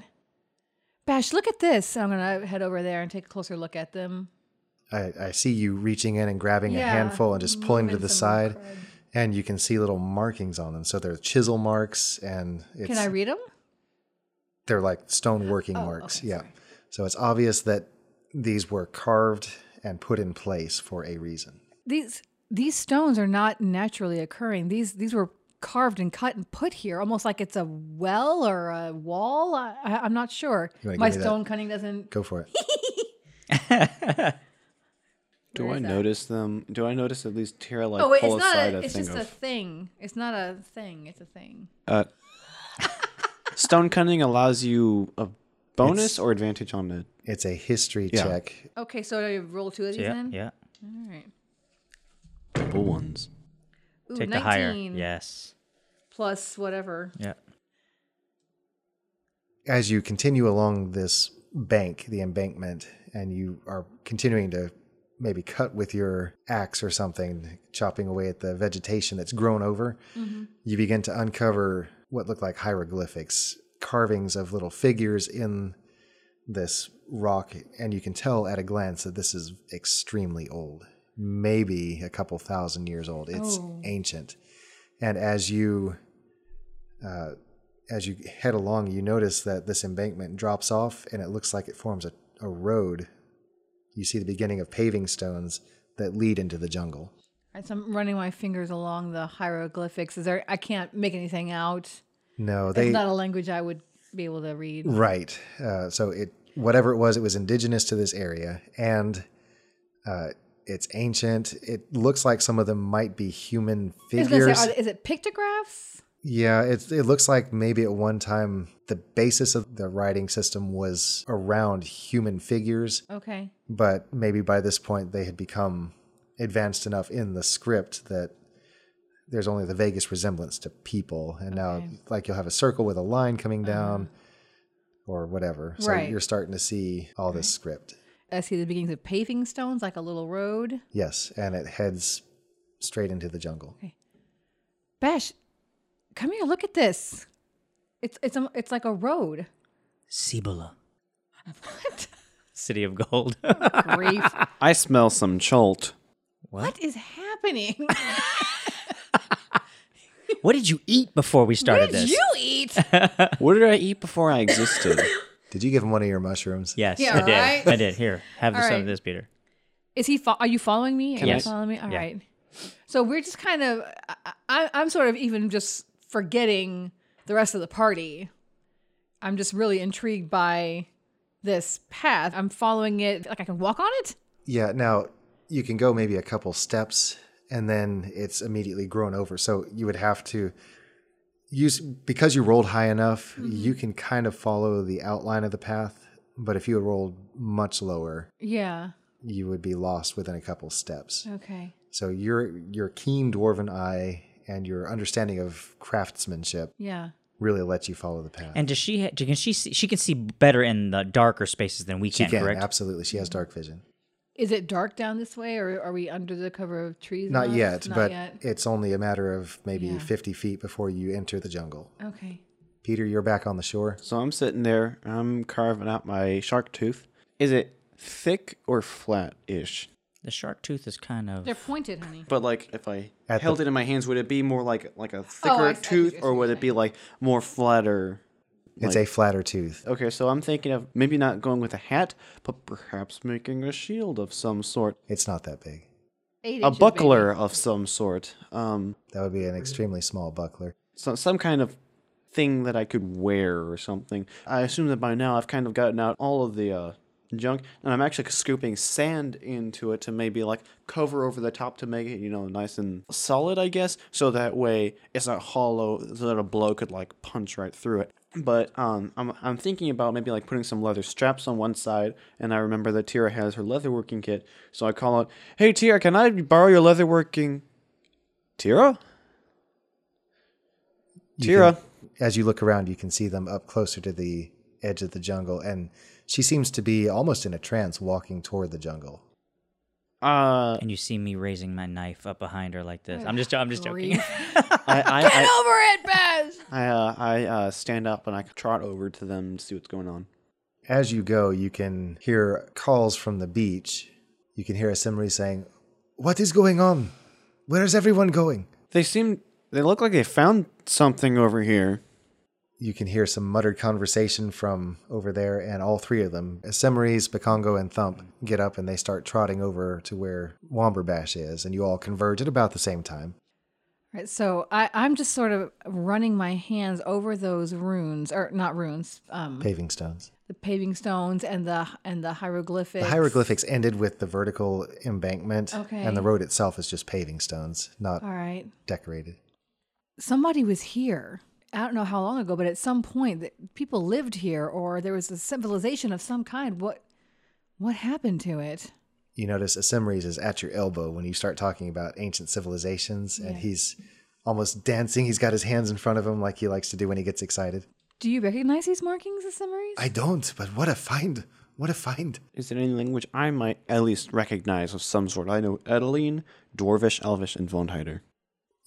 Speaker 4: Bash, look at this. I'm gonna head over there and take a closer look at them.
Speaker 1: I, I see you reaching in and grabbing a
Speaker 4: Yeah,
Speaker 1: handful and just pulling to
Speaker 4: moving
Speaker 1: the
Speaker 4: some of
Speaker 1: side,
Speaker 4: the crud.
Speaker 1: and you can see little markings on them. So they're chisel marks, and it's,
Speaker 4: Can I read them?
Speaker 1: they're like stone working
Speaker 4: Oh,
Speaker 1: marks.
Speaker 4: okay,
Speaker 1: yeah. So it's obvious that these were carved and put in place for a reason.
Speaker 4: These these stones are not naturally occurring. These these were carved and cut and put here, almost like it's a well or a wall. I, I, I'm not sure.
Speaker 1: You wanna give
Speaker 4: My
Speaker 1: me that?
Speaker 4: stone cutting doesn't.
Speaker 1: Go for it.
Speaker 2: do
Speaker 4: Where
Speaker 2: I
Speaker 4: is that?
Speaker 2: notice them? Do I notice at least Tira like
Speaker 4: oh wait,
Speaker 2: pull
Speaker 4: it's not.
Speaker 2: aside
Speaker 4: A,
Speaker 2: a,
Speaker 4: it's
Speaker 2: thing
Speaker 4: just a
Speaker 2: of
Speaker 4: thing. It's not a thing. It's a thing.
Speaker 2: uh, stone cunning allows you a bonus or advantage on the
Speaker 1: It's a history
Speaker 2: Yeah.
Speaker 1: check.
Speaker 4: Okay, so do I roll two of these
Speaker 3: yeah,
Speaker 4: then?
Speaker 3: yeah.
Speaker 4: All right.
Speaker 2: double ones.
Speaker 4: Ooh,
Speaker 3: Take
Speaker 4: 19
Speaker 3: the higher. Yes.
Speaker 4: plus whatever.
Speaker 3: Yeah.
Speaker 1: As you continue along this bank, the embankment, and you are continuing to maybe cut with your axe or something, chopping away at the vegetation that's grown over, you begin to uncover what look like hieroglyphics, carvings of little figures in this rock, and you can tell at a glance that this is extremely old, maybe a couple thousand years old. It's
Speaker 4: Oh.
Speaker 1: ancient, and as you uh, as you head along, you notice that this embankment drops off, and it looks like it forms a, a road. You see the beginning of paving stones that lead into the jungle.
Speaker 4: All right, so I'm running my fingers along the hieroglyphics. Is there? I can't make anything out.
Speaker 1: No,
Speaker 4: It's
Speaker 1: they
Speaker 4: not a language I would be able to read.
Speaker 1: Right. Uh, so it whatever it was, it was indigenous to this area, and uh, it's ancient. It looks like some of them might be human
Speaker 4: I was gonna
Speaker 1: figures.
Speaker 4: say, are, is it pictographs?
Speaker 1: yeah, it it looks like maybe at one time the basis of the writing system was around human figures,
Speaker 4: Okay.
Speaker 1: but maybe by this point they had become advanced enough in the script that there's only the vaguest resemblance to people and now
Speaker 4: Okay. Uh-huh.
Speaker 1: like you'll have a circle with a line coming down or whatever so
Speaker 4: Right.
Speaker 1: you're starting to see all this script
Speaker 4: I see the beginnings of paving stones, like a little road.
Speaker 1: yes and it heads straight into the jungle
Speaker 4: Bash, come here. Look at this. It's it's a, it's like a road.
Speaker 3: Cibola.
Speaker 4: What?
Speaker 3: City of Gold.
Speaker 4: Grief.
Speaker 2: I smell some chult.
Speaker 4: what is happening?
Speaker 3: what did you eat before we
Speaker 4: What
Speaker 3: started
Speaker 4: did
Speaker 3: this?
Speaker 4: you eat?
Speaker 2: What did I eat before I existed?
Speaker 1: did you give him one of your mushrooms
Speaker 3: Yes,
Speaker 4: Yeah,
Speaker 3: I did.
Speaker 4: right?
Speaker 3: I did. Here, have
Speaker 4: All
Speaker 3: some
Speaker 4: right.
Speaker 3: of this, Peter.
Speaker 4: Is he? Fo- are you following me? Are you
Speaker 3: Yes.
Speaker 4: following me? All right.
Speaker 3: Yeah.
Speaker 4: So we're just kind of. I, I, I'm sort of even just forgetting the rest of the party. I'm just really intrigued by this path. I'm following it like I can walk on it.
Speaker 1: yeah now you can go maybe a couple steps and then it's immediately grown over so you would have to use because you rolled high enough you
Speaker 4: Mm-hmm.
Speaker 1: can kind of follow the outline of the path but if you had rolled much lower
Speaker 4: Yeah.
Speaker 1: you would be lost within a couple steps.
Speaker 4: Okay.
Speaker 1: So your your keen dwarven eye and your understanding of craftsmanship
Speaker 4: Yeah.
Speaker 1: really let you follow the path.
Speaker 3: And does she? Ha- can she? See, she can see better in the darker spaces than we
Speaker 1: she
Speaker 3: can.
Speaker 1: can
Speaker 3: correct? Mm-hmm.
Speaker 1: absolutely. She has dark vision.
Speaker 4: Is it dark down this way, or are we under the cover of trees? and
Speaker 1: Not
Speaker 4: all?
Speaker 1: yet,
Speaker 4: Not
Speaker 1: but
Speaker 4: yet.
Speaker 1: it's only a matter of maybe
Speaker 4: Yeah.
Speaker 1: 50 feet before you enter the jungle.
Speaker 4: Okay.
Speaker 1: Peter, you're back on the shore.
Speaker 2: So I'm sitting there, I'm carving out my shark tooth. Is it thick or flat ish?
Speaker 3: The shark tooth is kind of
Speaker 4: They're pointed, honey.
Speaker 2: But like, if I
Speaker 1: At
Speaker 2: held
Speaker 1: the-
Speaker 2: it in my hands, would it be more like like a thicker
Speaker 4: Oh, I see- I see
Speaker 2: tooth,
Speaker 4: what
Speaker 2: or
Speaker 4: you're
Speaker 2: would it be like more flatter?
Speaker 1: It's a flatter tooth.
Speaker 2: Okay, so I'm thinking of maybe not going with a hat, but perhaps making a shield of some sort,
Speaker 1: It's not that big.
Speaker 4: Eight
Speaker 2: a
Speaker 4: inches,
Speaker 2: buckler
Speaker 4: baby.
Speaker 2: of some sort, um,
Speaker 1: That would be an extremely small buckler.
Speaker 2: so, some kind of thing that I could wear or something. I assume that by now I've kind of gotten out all of the uh, junk, and I'm actually scooping sand into it to maybe like cover over the top to make it, you know, nice and solid, I guess, so that way it's not hollow, so that a blow could like punch right through it. But um, I'm, I'm thinking about maybe like putting some leather straps on one side, and I remember that Tira has her leather working kit, so I call out, "Hey Tira, can I borrow your leather working?" Tira,
Speaker 1: You
Speaker 2: Tira.
Speaker 1: can- as you look around, you can see them up closer to the edge of the jungle, and she seems to be almost in a trance walking toward the jungle.
Speaker 2: Uh,
Speaker 3: and you see me raising my knife up behind her like this. I'm just I'm just joking.
Speaker 4: Grief.
Speaker 2: I,
Speaker 4: Get
Speaker 2: I,
Speaker 4: over it, Bez.
Speaker 2: I, I, uh, I uh, stand up and I trot over to them to see what's going on.
Speaker 1: As you go, you can hear calls from the beach. You can hear a Simri saying, What is going on? Where is everyone going?
Speaker 2: They seem. They look like they found something over here.
Speaker 1: You can hear some muttered conversation from over there, and all three of them, Simris, Bakongo, and Thump, get up and they start trotting over to where Womberbash is, and you all converge at about the same time.
Speaker 4: Right, so I, I'm just sort of running my hands over those runes, or not runes, um,
Speaker 1: Paving stones.
Speaker 4: the paving stones and the and the hieroglyphics.
Speaker 1: The hieroglyphics ended with the vertical embankment, and
Speaker 4: Okay.
Speaker 1: the road itself is just paving stones, not
Speaker 4: All right,
Speaker 1: decorated.
Speaker 4: somebody was here. I don't know how long ago, but at some point, th- people lived here, or there was a civilization of some kind. What what happened to it?
Speaker 1: you notice Asimris is at your elbow when you start talking about ancient civilizations, and he's almost dancing. He's got his hands in front of him like he likes to do when he gets excited.
Speaker 4: Do you recognize these markings, the summaries?
Speaker 1: I don't, but what a find! What a find!
Speaker 2: Is there any language I might at least recognize of some sort? I know Edeline, Dwarvish, Elvish, and Von Heider.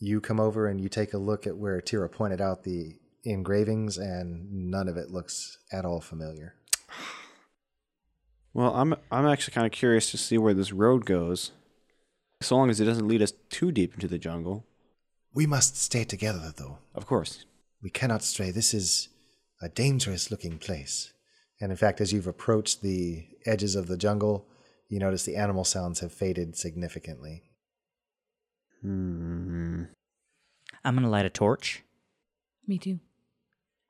Speaker 1: You come over and you take a look at where Tira pointed out the engravings, and none of it looks at all familiar.
Speaker 2: Well, I'm I'm actually kind of curious to see where this road goes, so long as it doesn't lead us too deep into the jungle.
Speaker 1: We must stay together, though.
Speaker 2: Of course.
Speaker 1: We cannot stray. This is a dangerous looking place. And in fact, as you've approached the edges of the jungle, you notice the animal sounds have faded significantly.
Speaker 2: Hmm.
Speaker 3: I'm gonna light a torch.
Speaker 4: Me too.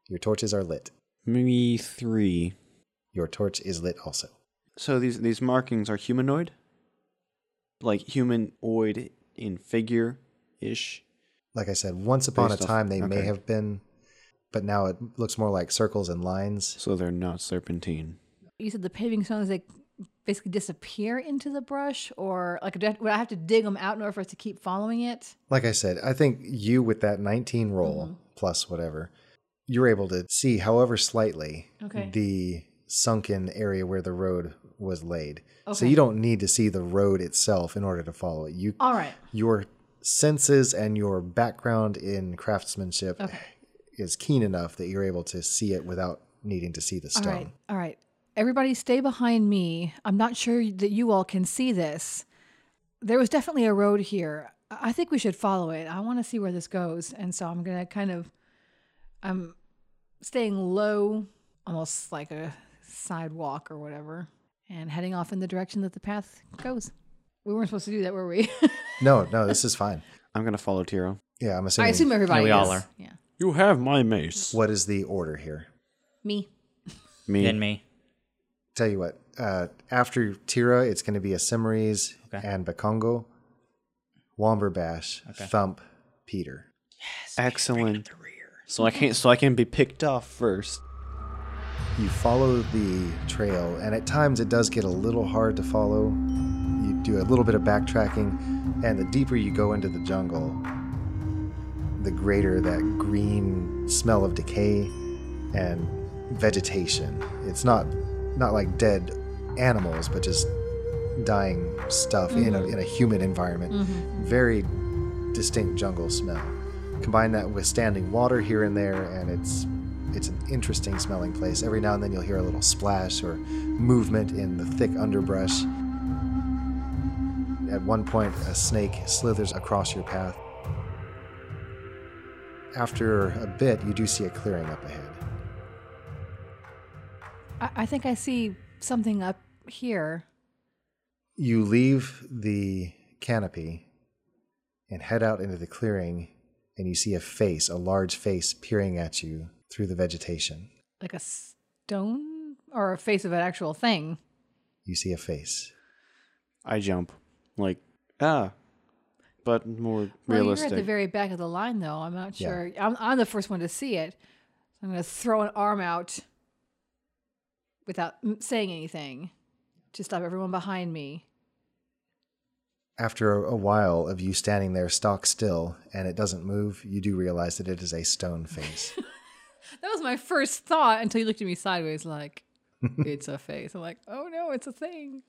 Speaker 1: Your torches are lit.
Speaker 2: Maybe three.
Speaker 1: Your torch is lit also.
Speaker 2: So these these markings are humanoid, like humanoid in figure ish.
Speaker 1: Like I said, once upon
Speaker 2: Based
Speaker 1: a
Speaker 2: off-
Speaker 1: time they may
Speaker 2: okay.
Speaker 1: have been, but now it looks more like circles and lines.
Speaker 2: So they're not serpentine.
Speaker 4: You said the paving stones they basically disappear into the brush, or like do I- would I have to dig them out in order for us to keep following it?
Speaker 1: Like I said, I think you with that 19 roll
Speaker 4: Mm-hmm.
Speaker 1: plus whatever, you're able to see, however slightly,
Speaker 4: Okay.
Speaker 1: the sunken area where the road was laid. So
Speaker 4: Okay.
Speaker 1: you don't need to see the road itself in order to follow it. You
Speaker 4: All right.
Speaker 1: your senses and your background in craftsmanship is keen enough that you're able to see it without needing to see the stone.
Speaker 4: All right. All right. Everybody stay behind me. I'm not sure that you all can see this. There was definitely a road here. I I think we should follow it. I want to see where this goes. And so I'm going to kind of I'm staying low, almost like a sidewalk or whatever, and heading off in the direction that the path goes. We weren't supposed to do that, were we?
Speaker 1: No, no, this is fine.
Speaker 2: I'm gonna follow Tiro.
Speaker 1: Yeah, I'm assuming.
Speaker 4: I assume everybody
Speaker 3: we all
Speaker 4: is.
Speaker 3: are.
Speaker 4: Yeah.
Speaker 2: You have my mace.
Speaker 1: What is the order here?
Speaker 4: Me.
Speaker 2: Me.
Speaker 3: Then me.
Speaker 1: Tell you what, uh, after Tira, it's going to be a Simmeries
Speaker 3: Okay.
Speaker 1: and Bakongo, Womberbash, Thump, Peter.
Speaker 2: Excellent. So I can't. So I can be picked off first.
Speaker 1: You follow the trail, and at times it does get a little hard to follow. You do a little bit of backtracking, and the deeper you go into the jungle, the greater that green smell of decay and vegetation. It's not not like dead animals, but just dying stuff in, a, in a humid environment. Very distinct jungle smell. Combine that with standing water here and there, and it's it's an interesting smelling place. Every now and then you'll hear a little splash or movement in the thick underbrush. At one point, a snake slithers across your path. After a bit, you do see a clearing up ahead.
Speaker 4: I, I think I see something up here.
Speaker 1: You leave the canopy and head out into the clearing, and you see a face, a large face, peering at you through the vegetation.
Speaker 4: like a stone or a face of an actual thing.
Speaker 1: You see a face.
Speaker 2: I jump. Like, ah. But more
Speaker 4: Well, you're at
Speaker 2: realistic.
Speaker 4: the very back of the line, though. I'm not sure. I'm, I'm the first one to see it. I'm going to throw an arm out without m- saying anything to stop everyone behind me.
Speaker 1: After a while of you standing there stock still and it doesn't move, you do realize that it is a stone face.
Speaker 4: That was my first thought until you looked at me sideways, like, it's a face. I'm like, oh no, it's a thing.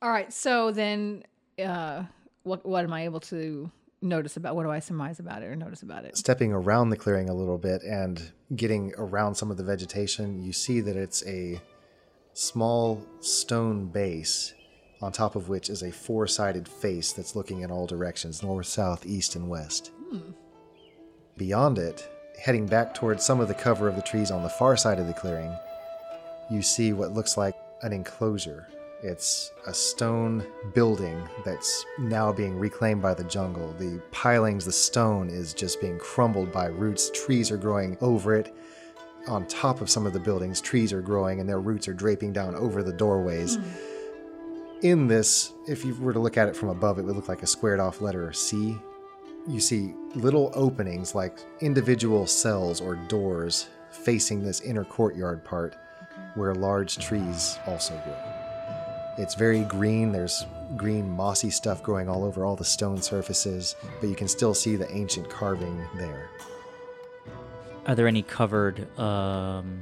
Speaker 4: All right. So then, uh, what, what am I able to notice about? What do I surmise about it or notice about it?
Speaker 1: Stepping around the clearing a little bit and getting around some of the vegetation, you see that it's a small stone base on top of which is a four sided face that's looking in all directions north, south, east, and west. Beyond it, heading back towards some of the cover of the trees on the far side of the clearing, you see what looks like an enclosure. It's a stone building that's now being reclaimed by the jungle. The pilings, the stone is just being crumbled by roots. Trees are growing over it. On top of some of the buildings, trees are growing and their roots are draping down over the doorways. In this, if you were to look at it from above, it would look like a squared off letter C. You see little openings like individual cells or doors facing this inner courtyard part where large trees also grow. It's very green. There's green, mossy stuff growing all over all the stone surfaces, but you can still see the ancient carving there.
Speaker 3: Are there any covered? Um,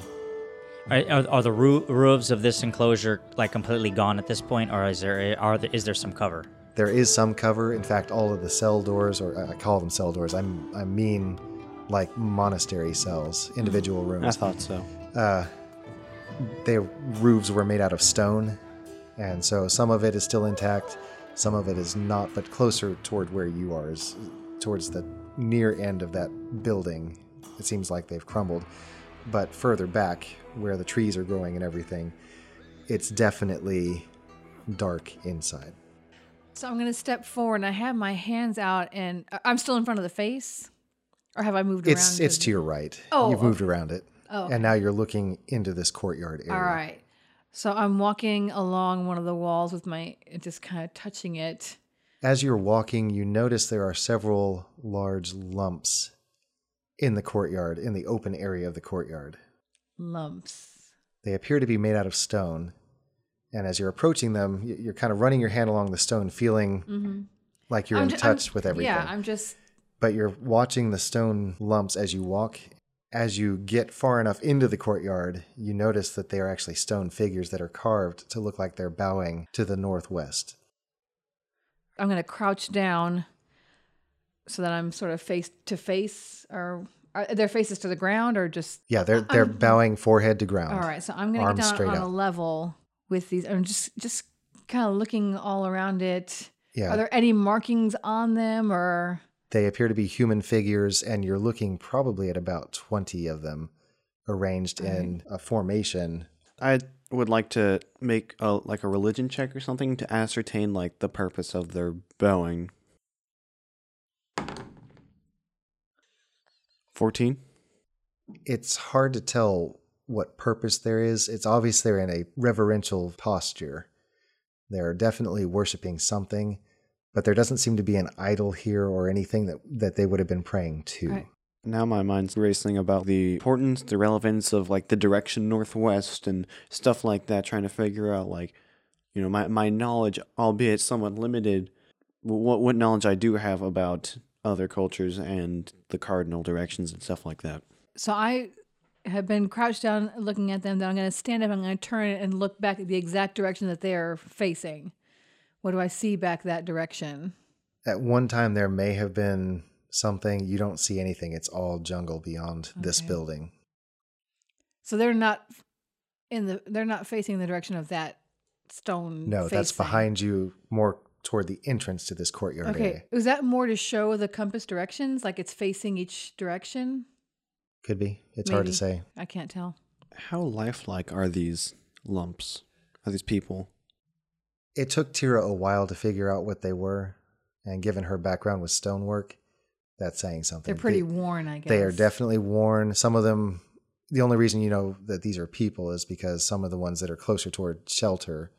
Speaker 3: are, are, are the roo- roofs of this enclosure like completely gone at this point, or is there are there, is there some cover?
Speaker 1: There is some cover. In fact, all of the cell doors, or I- I call them cell doors, I'm, I mean like monastery cells, individual
Speaker 2: I
Speaker 1: rooms.
Speaker 2: thought so.
Speaker 1: Uh, their roofs were made out of stone, and so some of it is still intact, some of it is not, but closer toward where you are is towards the near end of that building. It seems like they've crumbled, but further back where the trees are growing and everything, it's definitely dark inside.
Speaker 4: So I'm going to step forward and I have my hands out and I- I'm still in front of the face or have I moved
Speaker 1: It's
Speaker 4: around?
Speaker 1: it's to your right.
Speaker 4: Oh,
Speaker 1: You've moved around it.
Speaker 4: Oh,
Speaker 1: And now you're looking into this courtyard area.
Speaker 4: All right. So I'm walking along one of the walls with my just kind of touching it.
Speaker 1: As you're walking, you notice there are several large lumps in the courtyard, in the open area of the courtyard.
Speaker 4: Lumps.
Speaker 1: They appear to be made out of stone. And as you're approaching them, y- you're kind of running your hand along the stone, feeling like you're
Speaker 4: Mm-hmm. I'm
Speaker 1: in
Speaker 4: ju- I'm-
Speaker 1: touch with everything.
Speaker 4: Yeah, I'm just
Speaker 1: but you're watching the stone lumps as you walk. As you get far enough into the courtyard, you notice that they are actually stone figures that are carved to look like they're bowing to the northwest.
Speaker 4: I'm going to crouch down so that I'm sort of face to face or are their faces to the ground or just
Speaker 1: Yeah, they're they're
Speaker 4: I'm-
Speaker 1: bowing forehead to ground.
Speaker 4: All right, so I'm going
Speaker 1: Arms
Speaker 4: to get down
Speaker 1: straight
Speaker 4: on
Speaker 1: out.
Speaker 4: a level with these. I'm just just kind of looking all around it.
Speaker 1: Yeah.
Speaker 4: Are there any markings on them or
Speaker 1: They appear to be human figures, and you're looking probably at about 20 of them arranged in a formation.
Speaker 2: I would like to make a like a religion check or something to ascertain like the purpose of their bowing. Fourteen.
Speaker 1: It's hard to tell what purpose there is. It's obvious they're in a reverential posture. They're definitely worshiping something, but there doesn't seem to be an idol here or anything that, that they would have been praying to.
Speaker 4: Right.
Speaker 2: Now my mind's racing about the importance, the relevance of like the direction northwest and stuff like that, trying to figure out like, you know, my, my knowledge, albeit somewhat limited, wh- what what knowledge I do have about other cultures and the cardinal directions and stuff like that.
Speaker 4: So I have been crouched down looking at them. Then I'm going to stand up. I'm going to turn and look back at the exact direction that they are facing. What do I see back that direction?
Speaker 1: At one time, there may have been something. You don't see anything, it's all jungle beyond this
Speaker 4: Okay.
Speaker 1: building.
Speaker 4: So they're not in the. They're not facing the direction of that stone.
Speaker 1: No, that's
Speaker 4: facing.
Speaker 1: behind you, more toward the entrance to this courtyard area.
Speaker 4: Okay. Was that more to show the compass directions? Like it's facing each direction?
Speaker 1: Could be. It's hard to
Speaker 4: Maybe.
Speaker 1: say.
Speaker 4: I can't tell.
Speaker 2: How lifelike are these lumps? Are these people?
Speaker 1: It took Tira a while to figure out what they were, and given her background with stonework, that's saying something.
Speaker 4: They're pretty
Speaker 1: They-
Speaker 4: worn, I guess.
Speaker 1: They are definitely worn. Some of them, the only reason you know that these are people is because some of the ones that are closer toward shelter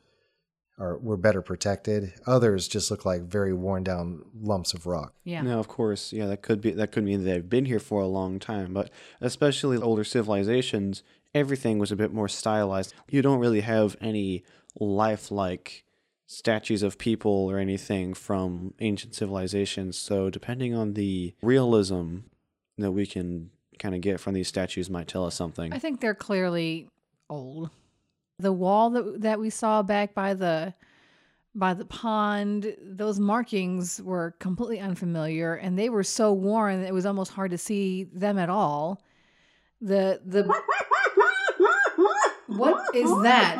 Speaker 1: are were better protected. Others just look like very worn down lumps of rock.
Speaker 4: Yeah.
Speaker 2: Now, of course, yeah, that could be that could mean they've been here for a long time, but especially older civilizations, everything was a bit more stylized. You don't really have any lifelike statues of people or anything from ancient civilizations. So, depending on the realism that we can kind of get from these statues, might tell us something.
Speaker 4: I think they're clearly old. The wall that that we saw back by the by the pond, those markings were completely unfamiliar and they were so worn that it was almost hard to see them at all. The the What is that?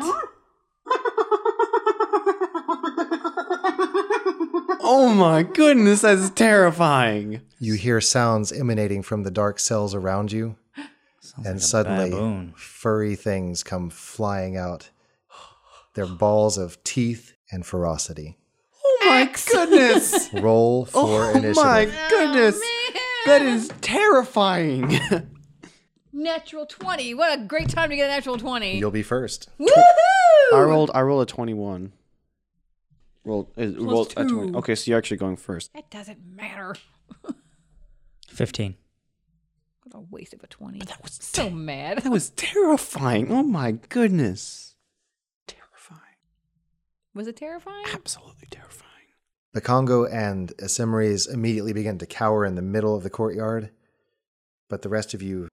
Speaker 2: oh my goodness, that's terrifying!
Speaker 1: You hear sounds emanating from the dark cells around you,
Speaker 3: Sounds
Speaker 1: and
Speaker 3: like a
Speaker 1: suddenly
Speaker 3: baboon.
Speaker 1: furry things come flying out. They're balls of teeth and ferocity.
Speaker 2: Oh my goodness!
Speaker 1: Roll for
Speaker 2: oh
Speaker 1: initiative.
Speaker 2: my goodness! that is terrifying!
Speaker 4: Natural 20. What a great time to get a natural 20.
Speaker 1: You'll be first.
Speaker 4: Woohoo!
Speaker 2: I rolled. I rolled a twenty-one. Rolled. uh, rolled a
Speaker 4: two.
Speaker 2: twenty. Okay, so you're actually going first.
Speaker 4: That doesn't matter.
Speaker 3: 15.
Speaker 4: What a waste of a 20. That was so mad.
Speaker 2: That was terrifying. Oh my goodness. Terrifying.
Speaker 4: Was it terrifying?
Speaker 2: Absolutely terrifying.
Speaker 1: The Congo and Asimris immediately begin to cower in the middle of the courtyard, but the rest of you,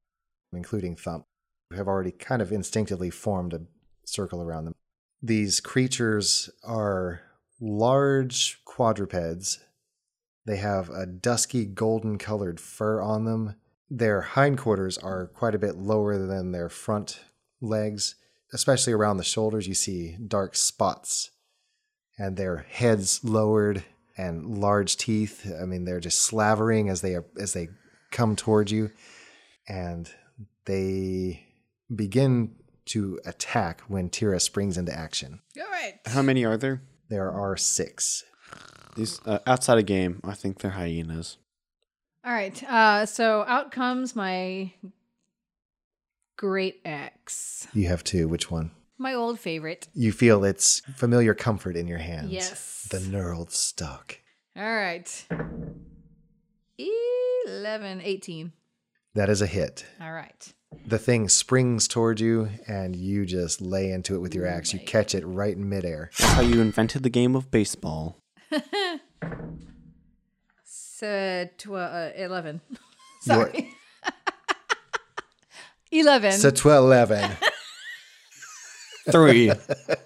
Speaker 1: including Thump, have already kind of instinctively formed a circle around them. These creatures are large quadrupeds. They have a dusky golden colored fur on them. Their hindquarters are quite a bit lower than their front legs, especially around the shoulders. You see dark spots and their heads lowered and large teeth. I mean, they're just slavering as they as they come toward you, and they begin to attack when Tira springs into action.
Speaker 4: All right.
Speaker 2: How many are there?
Speaker 1: There are six.
Speaker 2: These uh, outside of game. I think they're hyenas.
Speaker 4: All right. Uh, so out comes my great axe,
Speaker 1: You have two. Which one?
Speaker 4: my old favorite.
Speaker 1: You feel its familiar comfort in your hands.
Speaker 4: Yes.
Speaker 1: The knurled stock.
Speaker 4: All right. 11, 18.
Speaker 1: That is a hit.
Speaker 4: All right.
Speaker 1: The thing springs toward you, and you just lay into it with
Speaker 4: Oh
Speaker 1: your axe. You catch it right in midair.
Speaker 2: That's how you invented the game of baseball.
Speaker 4: So tw- uh, 11. Sorry. 11.
Speaker 1: So 12 11.
Speaker 2: Three.
Speaker 1: If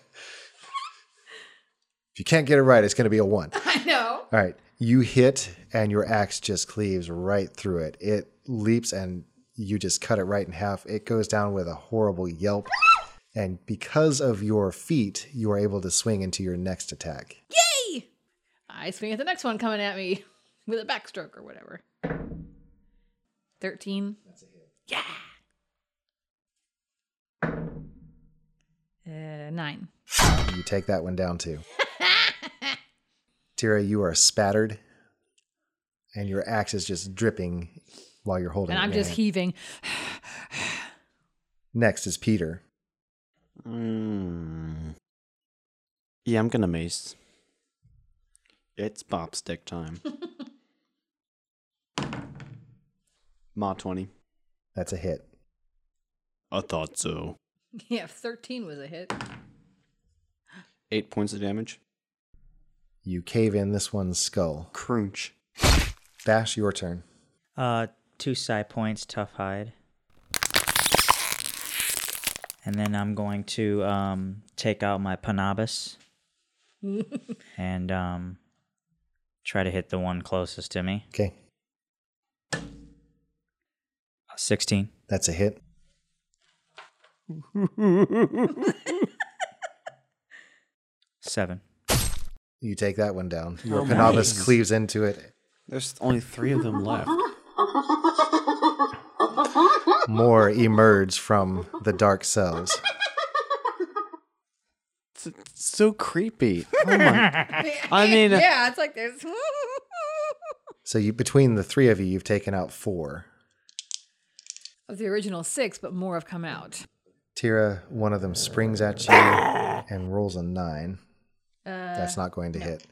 Speaker 1: you can't get it right, it's going to be a one.
Speaker 4: I know.
Speaker 1: All right. You hit, and your axe just cleaves right through it. It leaps, and you just cut it right in half. It goes down with a horrible yelp. And because of your feet, you are able to swing into your next attack.
Speaker 4: I swing at the next one coming at me with a backstroke or whatever. 13. That's a hit. Yeah. Uh, nine.
Speaker 1: You take that one down too. Tira, you are spattered, and your axe is just dripping while you're holding
Speaker 4: And
Speaker 1: it.
Speaker 4: I'm
Speaker 1: in your
Speaker 4: just
Speaker 1: hand.
Speaker 4: heaving.
Speaker 1: next is Peter.
Speaker 2: Mm. Yeah, I'm gonna mace. It's bobstick time. Ma twenty.
Speaker 1: That's a hit.
Speaker 2: I thought so.
Speaker 4: Yeah, 13 was a hit.
Speaker 2: Eight points of damage.
Speaker 1: You cave in this one's skull.
Speaker 2: Crunch.
Speaker 1: Dash, your turn.
Speaker 3: Uh, two psi points, tough hide. And then I'm going to um, take out my Panabas and um, try to hit the one closest to me.
Speaker 1: Okay.
Speaker 3: 16.
Speaker 1: That's a hit.
Speaker 3: Seven.
Speaker 1: You take that one down. Your
Speaker 2: Oh,
Speaker 1: Penobus
Speaker 2: nice.
Speaker 1: cleaves into it.
Speaker 2: There's only three of them left.
Speaker 1: More emerge from the dark cells.
Speaker 2: It's, it's so creepy. Oh my. I mean,
Speaker 4: yeah, it's like there's.
Speaker 1: So you between the three of you, you've taken out four.
Speaker 4: of the original six, but more have come out.
Speaker 1: Tira, one of them springs at you and rolls a nine. That's not going to hit.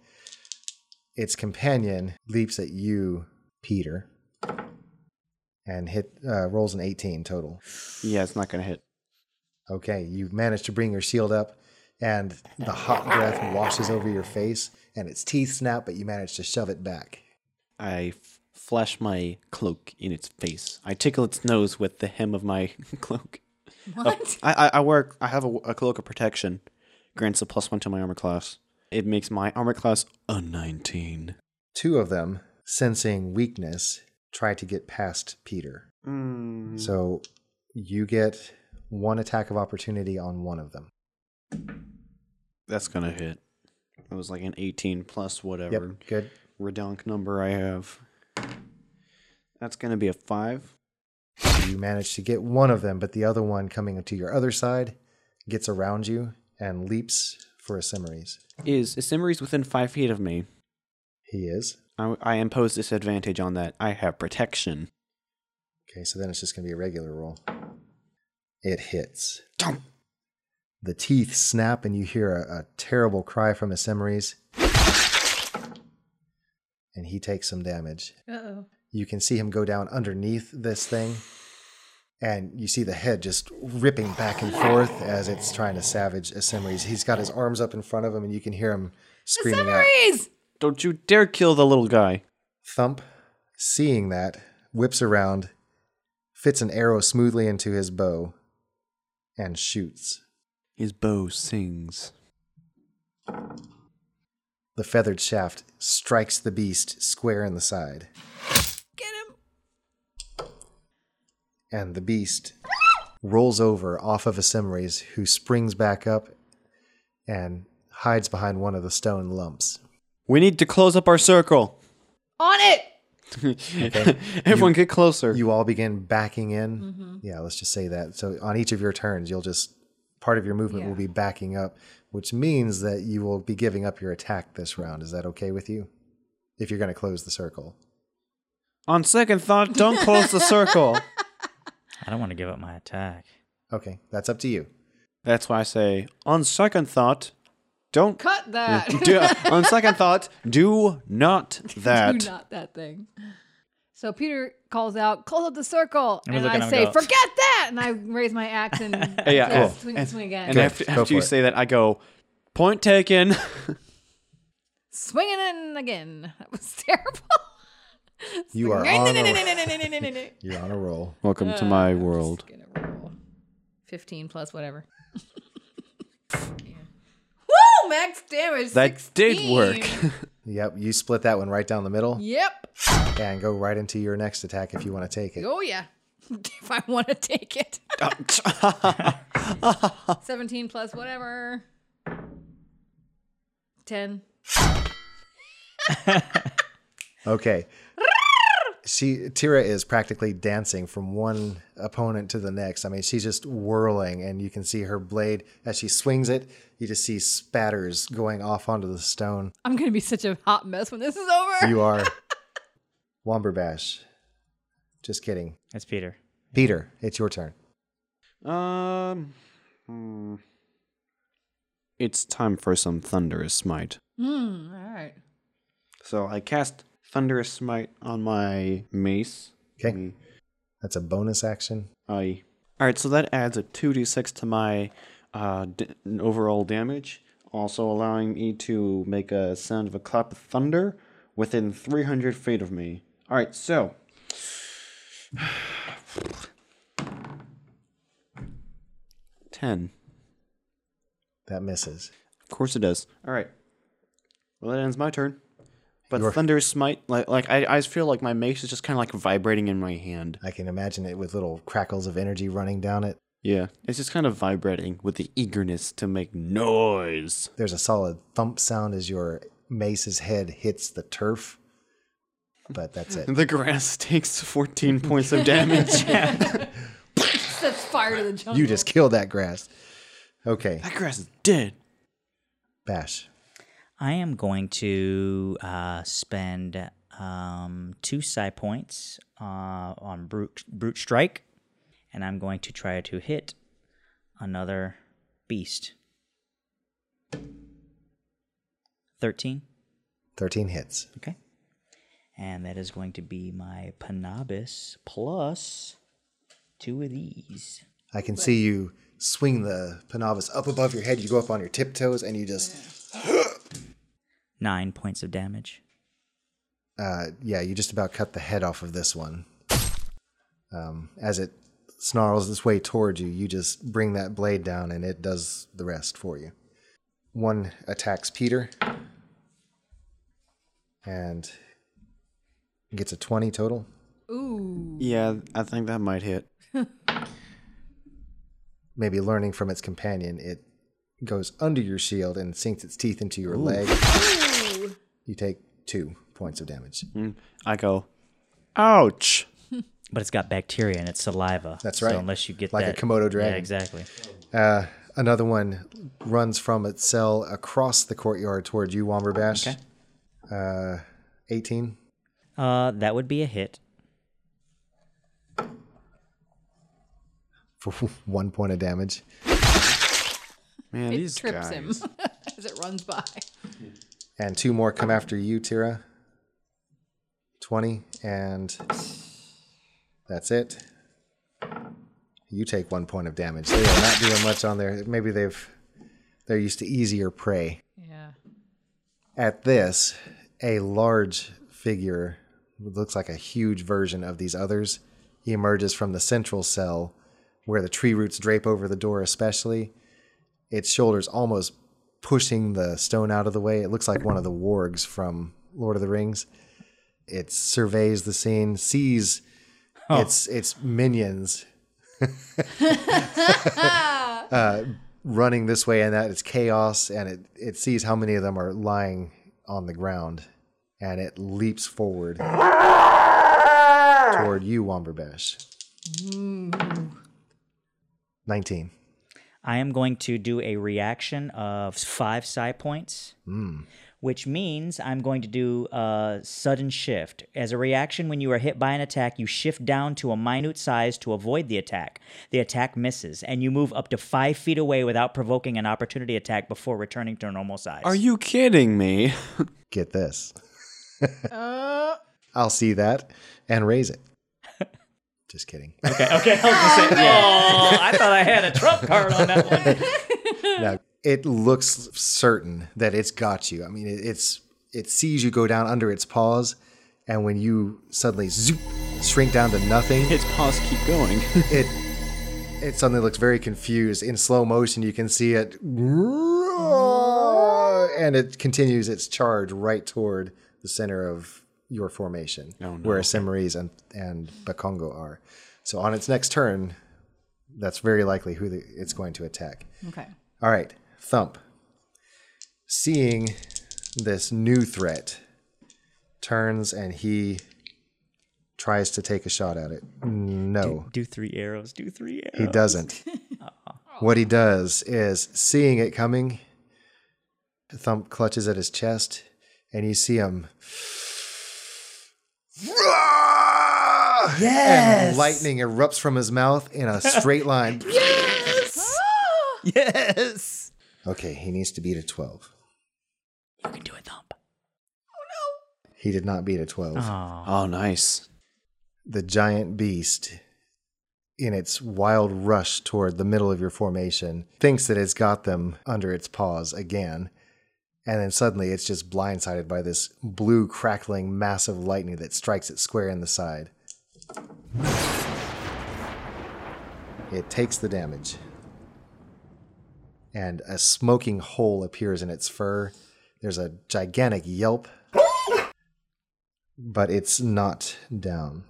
Speaker 1: Its companion leaps at you, Peter, and hit uh, rolls an 18 total.
Speaker 2: yeah, it's not gonna hit.
Speaker 1: Okay, you manage to bring your shield up, and the hot breath washes over your face, and its teeth snap, but you manage to shove it back.
Speaker 2: I f- flash my cloak in its face. I tickle its nose with the hem of my cloak. Oh.
Speaker 4: What?
Speaker 2: I, I, I work. I have a, a cloak of protection. Grants a plus one to my armor class. It makes my armor class a nineteen.
Speaker 1: Two of them, sensing weakness, try to get past Peter. So you get one attack of opportunity on one of them.
Speaker 2: That's gonna hit. It was like an eighteen plus whatever
Speaker 1: Yep, good.
Speaker 2: redonk number I have. That's gonna be a five.
Speaker 1: You manage to get one of them, but the other one coming to your other side gets around you and leaps for a Simmeries.
Speaker 2: Is Isimri's within five feet of me?
Speaker 1: He is.
Speaker 2: I, I impose disadvantage on that. I have protection.
Speaker 1: Okay, so then it's just going to be a regular roll. It hits.
Speaker 2: Dunk.
Speaker 1: The teeth snap, and you hear a, a terrible cry from Isimris. And he takes some damage.
Speaker 4: Uh oh.
Speaker 1: You can see him go down underneath this thing, and you see the head just ripping back and forth as it's trying to savage Isimris. He's got his arms up in front of him, and you can hear him screaming out.
Speaker 4: Summaries!
Speaker 2: Don't you dare kill the little guy.
Speaker 1: Thump, seeing that, whips around, fits an arrow smoothly into his bow, and shoots.
Speaker 2: His bow sings.
Speaker 1: The feathered shaft strikes the beast square in the side,
Speaker 4: Get him!
Speaker 1: and the beast rolls over off of Asimres, who springs back up and hides behind one of the stone lumps.
Speaker 2: We need to close up our circle.
Speaker 4: On it!
Speaker 2: Everyone get closer.
Speaker 1: You all begin backing in. Yeah, let's just say that. So on each of your turns, you'll just part of your movement will
Speaker 4: Yeah.
Speaker 1: be backing up, which means that you will be giving up your attack this round. Is that okay with you? If you're going to close the circle.
Speaker 2: On second thought, don't close the circle.
Speaker 3: I don't want to give up my attack.
Speaker 1: Okay, that's up to you.
Speaker 2: That's why I say, on second thought, don't.
Speaker 4: Cut that!
Speaker 2: do, uh, on second thought, do not that.
Speaker 4: Do not that thing. So Peter calls out, close up the circle.
Speaker 3: And we
Speaker 4: And
Speaker 3: look at
Speaker 4: I
Speaker 3: him and
Speaker 4: say,
Speaker 3: go-
Speaker 4: forget that! And I raise my axe and
Speaker 2: Yeah, cool.
Speaker 4: and swing, swing again.
Speaker 2: Oh. And
Speaker 1: Go-
Speaker 2: after,
Speaker 1: go
Speaker 2: after you
Speaker 1: for it.
Speaker 2: say that, I go, point taken.
Speaker 4: Swinging in again. That was terrible.
Speaker 1: You are on a,
Speaker 4: on
Speaker 1: you're on a roll.
Speaker 2: Welcome
Speaker 4: Uh,
Speaker 2: to my world.
Speaker 4: Gonna roll 15 plus whatever. Woo! Max damage.
Speaker 2: That did
Speaker 4: 16.
Speaker 2: work.
Speaker 1: Yep, you split that one right down the middle
Speaker 4: Yep.
Speaker 1: and go right into your next attack if you want to take it.
Speaker 4: Oh, yeah. if I want to take it. 17 plus whatever. 10.
Speaker 1: Okay. She Tira is practically dancing from one opponent to the next. I mean, she's just whirling, and you can see her blade as she swings it. You just see spatters going off onto the stone.
Speaker 4: I'm going to be such a hot mess when this is over.
Speaker 1: You are Womberbash. Just kidding,
Speaker 3: That's Peter.
Speaker 1: Peter. It's your turn.
Speaker 2: Um, hmm. it's time for some thunderous smite.
Speaker 4: Hmm. all right.
Speaker 2: So I cast thunderous smite on my mace.
Speaker 1: Okay,
Speaker 2: Mm-hmm.
Speaker 1: that's a bonus action.
Speaker 2: I all right. So that adds a two d six to my uh d- overall damage, also allowing me to make a sound of a clap of thunder within three hundred feet of me. All right. So ten.
Speaker 1: That misses.
Speaker 2: Of course it does. All right. Well, that ends my turn. But
Speaker 1: Your-
Speaker 2: thunderous smite, like like I, I just feel like my mace is just kind of like vibrating in my hand.
Speaker 1: I can imagine it with little crackles of energy running down it.
Speaker 2: Yeah, it's just kind of vibrating with the eagerness to make noise.
Speaker 1: There's a solid thump sound as your Mace's head hits the turf, but that's it.
Speaker 2: The grass takes 14 points of damage.
Speaker 4: Sets fire to the jungle.
Speaker 1: You just killed that grass. Okay,
Speaker 2: that grass is dead.
Speaker 1: Bash.
Speaker 3: I am going to uh, spend um, two psi points uh, on brute, brute strike, and I'm going to try to hit another beast. 13.
Speaker 1: 13 hits.
Speaker 3: Okay. And that is going to be my Panabis plus two of these.
Speaker 1: I can see you swing the Panavis up above your head. You go up on your tiptoes and you just,
Speaker 3: Nine points of damage.
Speaker 1: uh, yeah, you just about cut the head off of this one. Um, as it snarls its way toward you, you just bring that blade down and it does the rest for you. One attacks Peter and gets a 20 total.
Speaker 4: Ooh.
Speaker 2: Yeah, I think that might hit.
Speaker 1: Maybe learning from its companion, it goes under your shield and sinks its teeth into your leg. You take two points of damage.
Speaker 3: Hmm.
Speaker 2: I go, ouch.
Speaker 3: But it's got bacteria in its saliva.
Speaker 1: That's
Speaker 3: so
Speaker 1: right.
Speaker 3: unless you get
Speaker 1: Like a
Speaker 3: that-
Speaker 1: Komodo dragon.
Speaker 3: Yeah, exactly.
Speaker 1: Uh, another one runs from its cell across the courtyard toward you, Womberbash.
Speaker 3: Okay.
Speaker 1: Uh, 18.
Speaker 3: Uh, that would be a hit.
Speaker 1: For one point of damage.
Speaker 2: Man,
Speaker 4: It
Speaker 2: these
Speaker 4: trips
Speaker 2: guys.
Speaker 4: him as it runs by.
Speaker 1: And two more come after you, Tira. 20. And that's it. You take one point of damage. They are not doing much on there. Maybe they've. They're used to easier prey.
Speaker 4: Yeah.
Speaker 1: At this, a large figure, what looks like a huge version of these others, he emerges from the central cell where the tree roots drape over the door, especially. Its shoulders almost pushing the stone out of the way. It looks like one of the wargs from Lord of the Rings. It surveys the scene, sees its its minions running this way and that it's chaos and it, it sees how many of them are lying on the ground and it leaps forward toward you womberbash 19
Speaker 3: I am going to do a reaction of five psi points,
Speaker 1: Hmm.
Speaker 3: which means I'm going to do a sudden shift. As a reaction, when you are hit by an attack, you shift down to a minute size to avoid the attack. The attack misses, and you move up to five feet away without provoking an opportunity attack before returning to normal size.
Speaker 2: Are you kidding me?
Speaker 1: get this i'll see that and raise it just kidding
Speaker 3: Oh, I thought I had a trump card on that one.
Speaker 1: Now, it looks certain that it's got you. I mean, it, it's it sees you go down under its paws, and when you suddenly zoop, shrink down to nothing,
Speaker 2: Its paws keep going.
Speaker 1: it it suddenly looks very confused. In slow motion, you can see it, and it continues its charge right toward the center of your formation, where Simmeries and and Bakongo are. So on its next turn, that's very likely who the, it's going to attack.
Speaker 4: Okay.
Speaker 1: All right, Thump. Seeing this new threat, turns and he tries to take a shot at it. No,
Speaker 3: Do three arrows. Do three
Speaker 1: he
Speaker 3: arrows.
Speaker 1: doesn't. what he does is, seeing it coming, Thump clutches at his chest, and you see him. Yes! And lightning erupts from his mouth in a straight line.
Speaker 3: Yes.
Speaker 1: Okay, he needs to beat a 12.
Speaker 3: You can do it, Thump.
Speaker 1: He did not beat a 12.
Speaker 3: Oh.
Speaker 2: Oh, nice.
Speaker 1: The giant beast, in its wild rush toward the middle of your formation, thinks that it's got them under its paws again. And then suddenly it's just blindsided by this blue, crackling mass of lightning that strikes it square in the side. It takes the damage. And a smoking hole appears in its fur. There's a gigantic yelp but it's not down.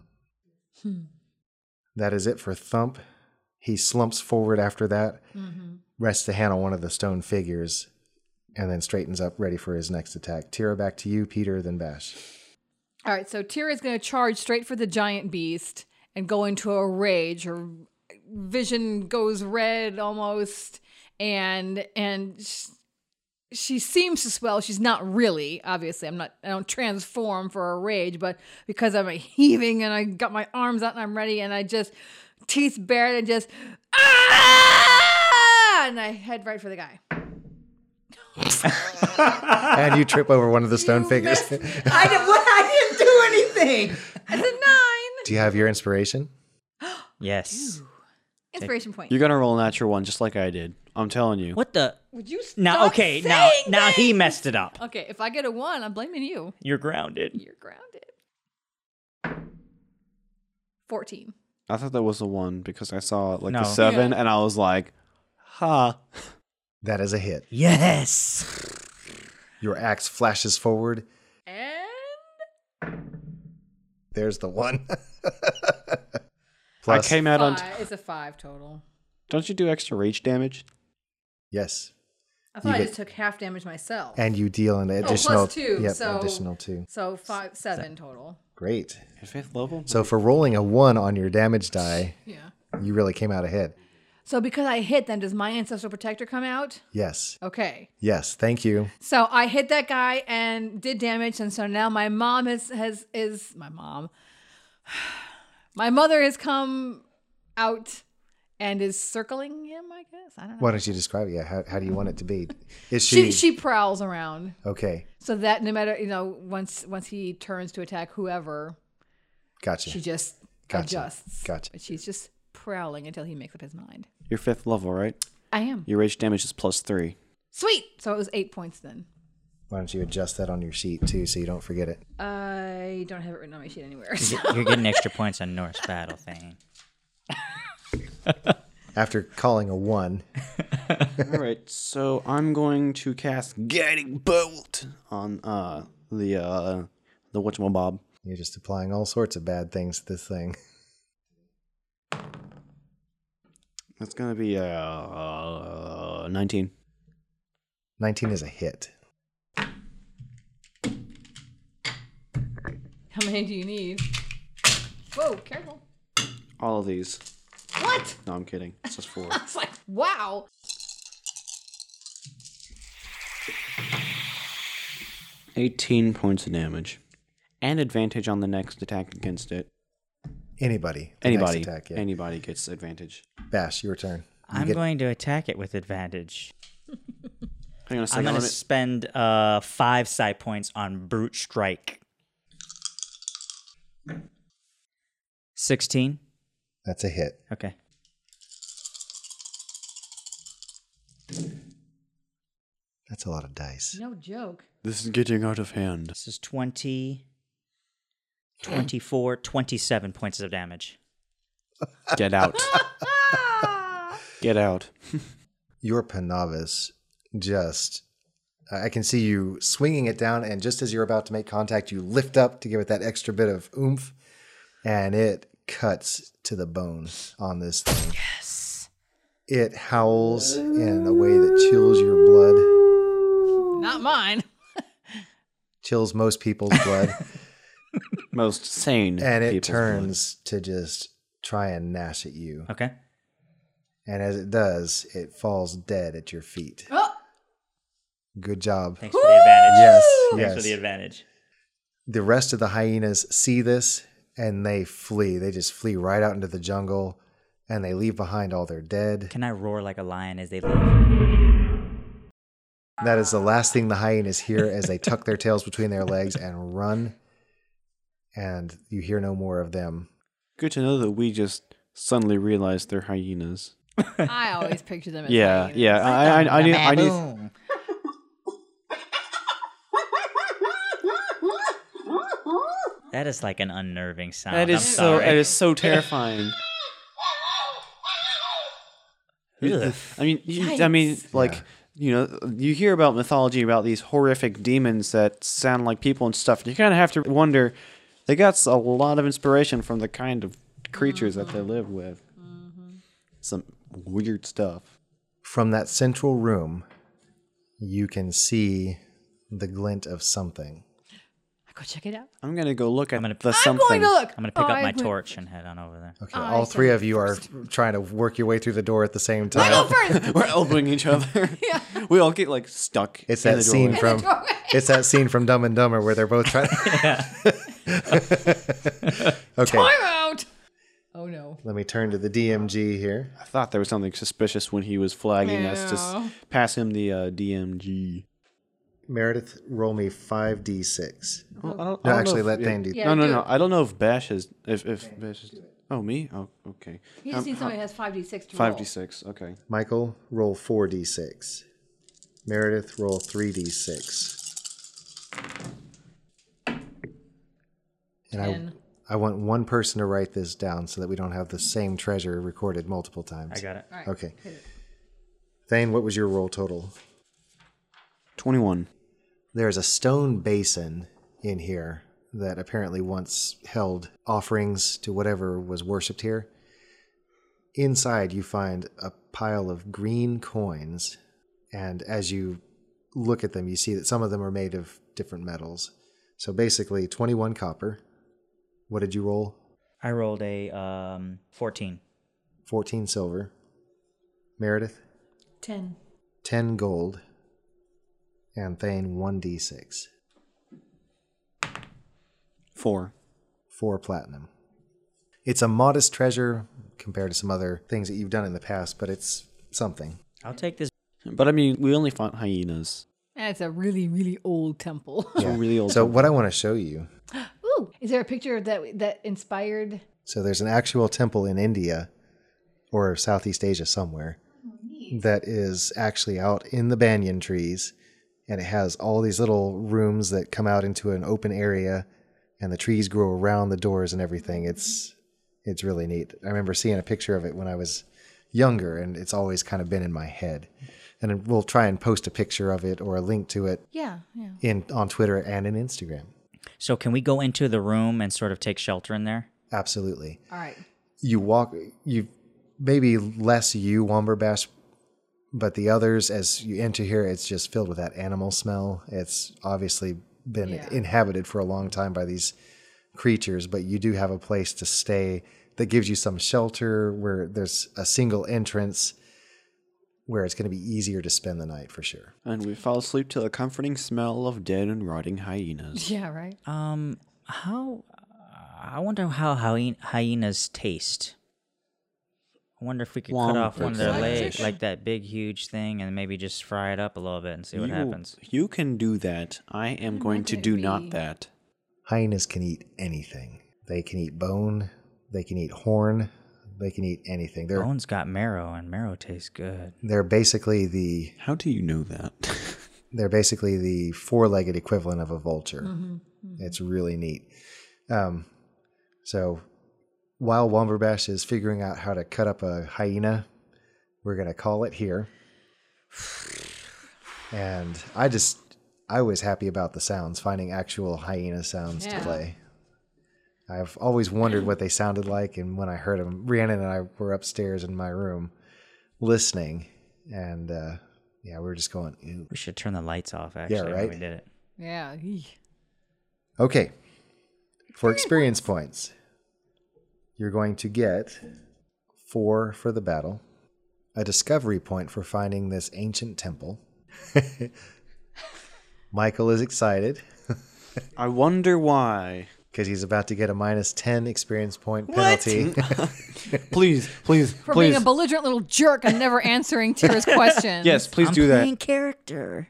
Speaker 1: That is it for Thump.
Speaker 4: Mm-hmm.
Speaker 1: He slumps forward after that, rests a hand on one of the stone figures, and then straightens up, ready for his next attack. Tira, back to you, Peter, then Bash.
Speaker 4: All right, so Tira is going to charge straight for the giant beast and go into a rage. Her vision goes red almost, and and sh- she seems to swell. She's not really, obviously. I'm not. I don't transform for a rage, but because I'm heaving and I got my arms out and I'm ready, and I just teeth bared and just ah, and I head right for the guy.
Speaker 1: And you trip over one of the stone figures.
Speaker 6: I, did, what, I didn't do anything.
Speaker 4: It's a nine
Speaker 1: Do you have your inspiration?
Speaker 3: Yes.
Speaker 4: inspiration point.
Speaker 2: You're gonna roll a natural one just like I did. I'm telling you.
Speaker 3: What the?
Speaker 4: Would you stop
Speaker 3: Now, okay, now,
Speaker 4: saying
Speaker 3: now he
Speaker 4: things?
Speaker 3: messed it up.
Speaker 4: Okay, if I get a one, I'm blaming you.
Speaker 3: You're grounded.
Speaker 4: You're grounded. 14.
Speaker 2: I thought that was the one because I saw like
Speaker 3: No.
Speaker 2: the seven and I was like, ha.
Speaker 1: That is a hit.
Speaker 3: Yes.
Speaker 1: Your axe flashes forward.
Speaker 4: And
Speaker 1: There's the one.
Speaker 2: I
Speaker 1: Plus,
Speaker 2: came out on.
Speaker 4: five. It's a five total.
Speaker 2: Don't you do extra rage damage?
Speaker 1: yes,
Speaker 4: I
Speaker 1: You
Speaker 4: thought I
Speaker 1: get-
Speaker 4: just took half damage myself.
Speaker 1: and you deal an
Speaker 4: Oh, plus
Speaker 1: additional
Speaker 4: two,
Speaker 1: Yep,
Speaker 4: so-
Speaker 1: additional two.
Speaker 4: so five, seven total.
Speaker 1: Great.
Speaker 2: At fifth level?
Speaker 1: So for rolling a one on your damage die,
Speaker 4: Yeah.
Speaker 1: you really came out ahead.
Speaker 4: So because I hit, then does my ancestral protector come out?
Speaker 1: Yes,
Speaker 4: Okay.
Speaker 1: yes. Thank you.
Speaker 4: So I hit that guy and did damage, and so now my mom has has is my mom. My mother has come out and is circling him. I guess I don't know.
Speaker 1: Why don't you describe it? Yeah, how, how do you want it to be? Is she,
Speaker 4: She she prowls around
Speaker 1: okay?
Speaker 4: so that no matter you know once once he turns to attack whoever,
Speaker 1: Gotcha.
Speaker 4: she just
Speaker 1: Gotcha.
Speaker 4: adjusts.
Speaker 1: Gotcha.
Speaker 4: But she's just prowling until he makes up his mind.
Speaker 2: You're fifth level, right?
Speaker 4: I am
Speaker 2: Your rage damage is plus three.
Speaker 4: sweet. So it was eight points then.
Speaker 1: Why don't you adjust that on your sheet too, so you don't forget it?
Speaker 4: I don't have it written on my sheet anywhere.
Speaker 3: You're get- You're getting extra points on Norse battle thing.
Speaker 1: After calling a one,
Speaker 2: All right, so I'm going to cast Guiding Bolt on uh the uh the whatchamabob.
Speaker 1: you're just applying all sorts of bad things to this thing.
Speaker 2: That's gonna be uh nineteen.
Speaker 1: 19 is a hit.
Speaker 4: How many do you need? Whoa, careful.
Speaker 2: All of these.
Speaker 4: What?
Speaker 2: No, I'm kidding. It's just four.
Speaker 4: It's like, wow.
Speaker 2: Eighteen points of damage, and advantage on the next attack against it.
Speaker 1: Anybody. the next
Speaker 2: Anybody,
Speaker 1: attack, yeah.
Speaker 2: anybody gets advantage.
Speaker 1: Bash, your turn. You
Speaker 3: I'm
Speaker 1: get-
Speaker 3: going to attack it with advantage.
Speaker 2: Hang on a
Speaker 3: I'm
Speaker 2: second.
Speaker 3: going to
Speaker 2: let me-
Speaker 3: spend uh, five side points on brute strike. Sixteen.
Speaker 1: That's a hit.
Speaker 3: Okay.
Speaker 1: That's a lot of dice.
Speaker 4: No joke.
Speaker 2: This is getting out of hand.
Speaker 3: This is 20, 24, 27 points of damage.
Speaker 2: Get out.
Speaker 4: Ah!
Speaker 2: Get out.
Speaker 1: Your Panavis just. I I can see you swinging it down, and just as you're about to make contact, you lift up to give it that extra bit of oomph, and it cuts to the bone on this thing. Yes. It howls in a way that chills your blood.
Speaker 4: Not mine.
Speaker 1: chills most people's blood
Speaker 2: Most sane.
Speaker 1: and it
Speaker 2: people's blood.
Speaker 1: turns to just try and gnash at you
Speaker 3: Okay.
Speaker 1: and as it does it falls dead at your feet
Speaker 4: Oh,
Speaker 1: good job
Speaker 3: Thanks for the advantage.
Speaker 1: yes
Speaker 3: Thanks for the
Speaker 1: yes
Speaker 3: advantage.
Speaker 1: the rest of the hyenas see this and they flee they just flee right out into the jungle and they leave behind all their dead
Speaker 3: Can I roar like a lion as they leave?
Speaker 1: that is the last thing the hyenas hear as they tuck their tails between their legs and run and you hear no more of them
Speaker 2: Good to know that we just suddenly realized they're hyenas.
Speaker 4: I always picture them as
Speaker 2: yeah,
Speaker 4: hyenas.
Speaker 2: yeah. I, I, I, knew, I knew.
Speaker 3: Boom. That is like an unnerving sound.
Speaker 2: That
Speaker 3: I'm
Speaker 2: is so.
Speaker 3: sorry.
Speaker 2: That is so terrifying.
Speaker 3: Ugh.
Speaker 2: I mean, you, I mean, like you know, you hear about mythology about these horrific demons that sound like people and stuff. You kind of have to wonder. They got s- a lot of inspiration from the kind of creatures that they
Speaker 3: Mm-hmm.
Speaker 2: live with. Some weird stuff.
Speaker 1: from that central room, you can see the glint of something.
Speaker 4: I go check it out.
Speaker 2: I'm gonna go look at
Speaker 3: gonna-
Speaker 2: the
Speaker 3: I'm
Speaker 4: I'm
Speaker 2: something.
Speaker 4: going to look.
Speaker 3: I'm gonna pick
Speaker 4: Oh,
Speaker 3: up
Speaker 4: I
Speaker 3: my
Speaker 4: went-
Speaker 3: torch and head on over there.
Speaker 1: Okay,
Speaker 4: I
Speaker 1: all three
Speaker 4: said
Speaker 1: of you are trying to work your way through the door at the same
Speaker 4: I go
Speaker 1: time.
Speaker 4: first.
Speaker 2: We're elbowing each other. yeah. We all get like stuck.
Speaker 1: It's
Speaker 2: in
Speaker 1: that
Speaker 2: the
Speaker 1: scene
Speaker 2: doorway.
Speaker 3: Um,
Speaker 1: from it's that scene from Dumb and Dumber where they're both trying. okay,
Speaker 4: I'm out. Oh no.
Speaker 1: let me turn to the DMG here.
Speaker 2: I thought there was something suspicious when he was flagging us to s- pass him the uh, DMG.
Speaker 1: Meredith, roll me five d six.
Speaker 2: Well, I don't, I
Speaker 1: No,
Speaker 2: don't know
Speaker 1: actually,
Speaker 2: if-
Speaker 1: let
Speaker 2: yeah.
Speaker 1: Thane do.
Speaker 4: Yeah.
Speaker 2: No, no,
Speaker 4: do
Speaker 2: no.
Speaker 4: it.
Speaker 2: I don't know if Bash is if if Bash is. Oh, me? Oh, okay.
Speaker 4: He just needs somebody who has five d six to
Speaker 2: uh, Five
Speaker 4: roll.
Speaker 2: d six. Okay.
Speaker 1: Michael, roll four d six. Meredith, roll three d six. And I,
Speaker 4: Ten.
Speaker 1: I want one person to write this down so that we don't have the same treasure recorded multiple times.
Speaker 3: I got it.
Speaker 1: Okay. Thane, what was your roll total?
Speaker 2: Twenty one.
Speaker 1: There's a stone basin in here that apparently once held offerings to whatever was worshipped here. Inside, you find a pile of green coins, and as you look at them, you see that some of them are made of different metals. So basically, 21 copper. What did you roll?
Speaker 3: I rolled a um, 14.
Speaker 1: 14 silver. Meredith?
Speaker 4: Ten.
Speaker 1: 10 gold. And Thane, 1d6.
Speaker 2: Four.
Speaker 1: for platinum. It's a modest treasure compared to some other things that you've done in the past, but it's something.
Speaker 3: I'll take this.
Speaker 2: But I mean, we only fought hyenas.
Speaker 4: And it's a really really old temple.
Speaker 2: It's a really old.
Speaker 1: So what I want to show you.
Speaker 4: Ooh, is there a picture that that inspired?
Speaker 1: So there's an actual temple in India or Southeast Asia somewhere that is actually out in the banyan trees and it has all these little rooms that come out into an open area and the trees grow around the doors and everything. It's it's really neat. I remember seeing a picture of it when I was younger and it's always kind of been in my head. And we'll try and post a picture of it or a link to it
Speaker 4: Yeah, yeah.
Speaker 1: in on Twitter and in Instagram.
Speaker 3: So can we go into the room and sort of take shelter in there?
Speaker 1: Absolutely.
Speaker 4: All right.
Speaker 1: you walk you maybe less you womberbash but the others as you enter here it's just filled with that animal smell it's obviously been
Speaker 4: Yeah.
Speaker 1: inhabited for a long time by these creatures but you do have a place to stay that gives you some shelter where there's a single entrance where it's going to be easier to spend the night for sure
Speaker 2: And we fell asleep to the comforting smell of dead and rotting hyenas.
Speaker 4: Yeah, right.
Speaker 3: Um, how? I wonder how hyen- hyenas taste. I wonder if we could cut off one of their legs,
Speaker 2: Womp-a-fish.
Speaker 3: like that big, huge thing, and maybe just fry it up a little bit and see what
Speaker 2: you,
Speaker 3: happens.
Speaker 2: You can do that. I am going to do not that.
Speaker 1: hyenas can eat anything they can eat bone they can eat horn they can eat anything they're
Speaker 3: Bones got marrow, and marrow tastes good.
Speaker 1: they're basically the
Speaker 2: How do you know that?
Speaker 1: they're basically the four-legged equivalent of a vulture. It's really neat. Um, so while Womberbash is figuring out how to cut up a hyena, we're gonna call it here. And I just I was happy about the sounds, finding actual hyena sounds to
Speaker 4: Yeah.
Speaker 1: play. I've always wondered what they sounded like, and when I heard them, Rhiannon and I were upstairs in my room listening, and uh, yeah, we were just going, "Ew,
Speaker 3: We should turn the lights off. Actually, when
Speaker 1: right?
Speaker 3: we did it.
Speaker 4: Yeah. eek.
Speaker 1: Okay. For experience points, you're going to get four for the battle, a discovery point for finding this ancient temple. Michael is excited
Speaker 2: I wonder why.
Speaker 1: because he's about to get a minus 10 experience point penalty.
Speaker 2: Please, please,
Speaker 4: For
Speaker 2: please.
Speaker 4: being a belligerent little jerk and never answering Tira's questions.
Speaker 2: yes, please do that.
Speaker 3: character.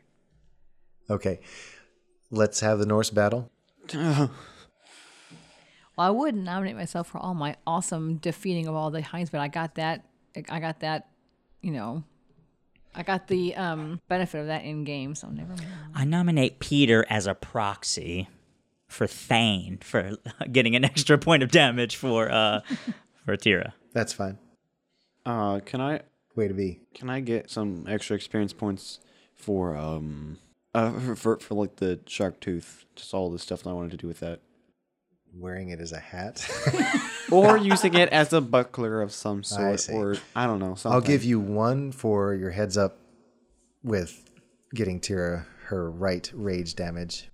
Speaker 1: okay. Let's have the Norse battle.
Speaker 4: Well, I would nominate myself for all my awesome defeating of all the hinds, but I got that. I got that. You know, I got the um, benefit of that in game, so never mind.
Speaker 3: I nominate Peter as a proxy for Thane for getting an extra point of damage for uh for Tira.
Speaker 1: That's fine.
Speaker 2: Uh, can I
Speaker 1: Way to be.
Speaker 2: can I get some extra experience points for um uh for for like the shark tooth, just all the stuff that I wanted to do with that,
Speaker 1: Wearing it as a hat.
Speaker 2: or using it as a buckler of some sort,
Speaker 1: see.
Speaker 2: or I don't know. Something.
Speaker 1: I'll give you one for your heads up with getting Tira her right rage damage,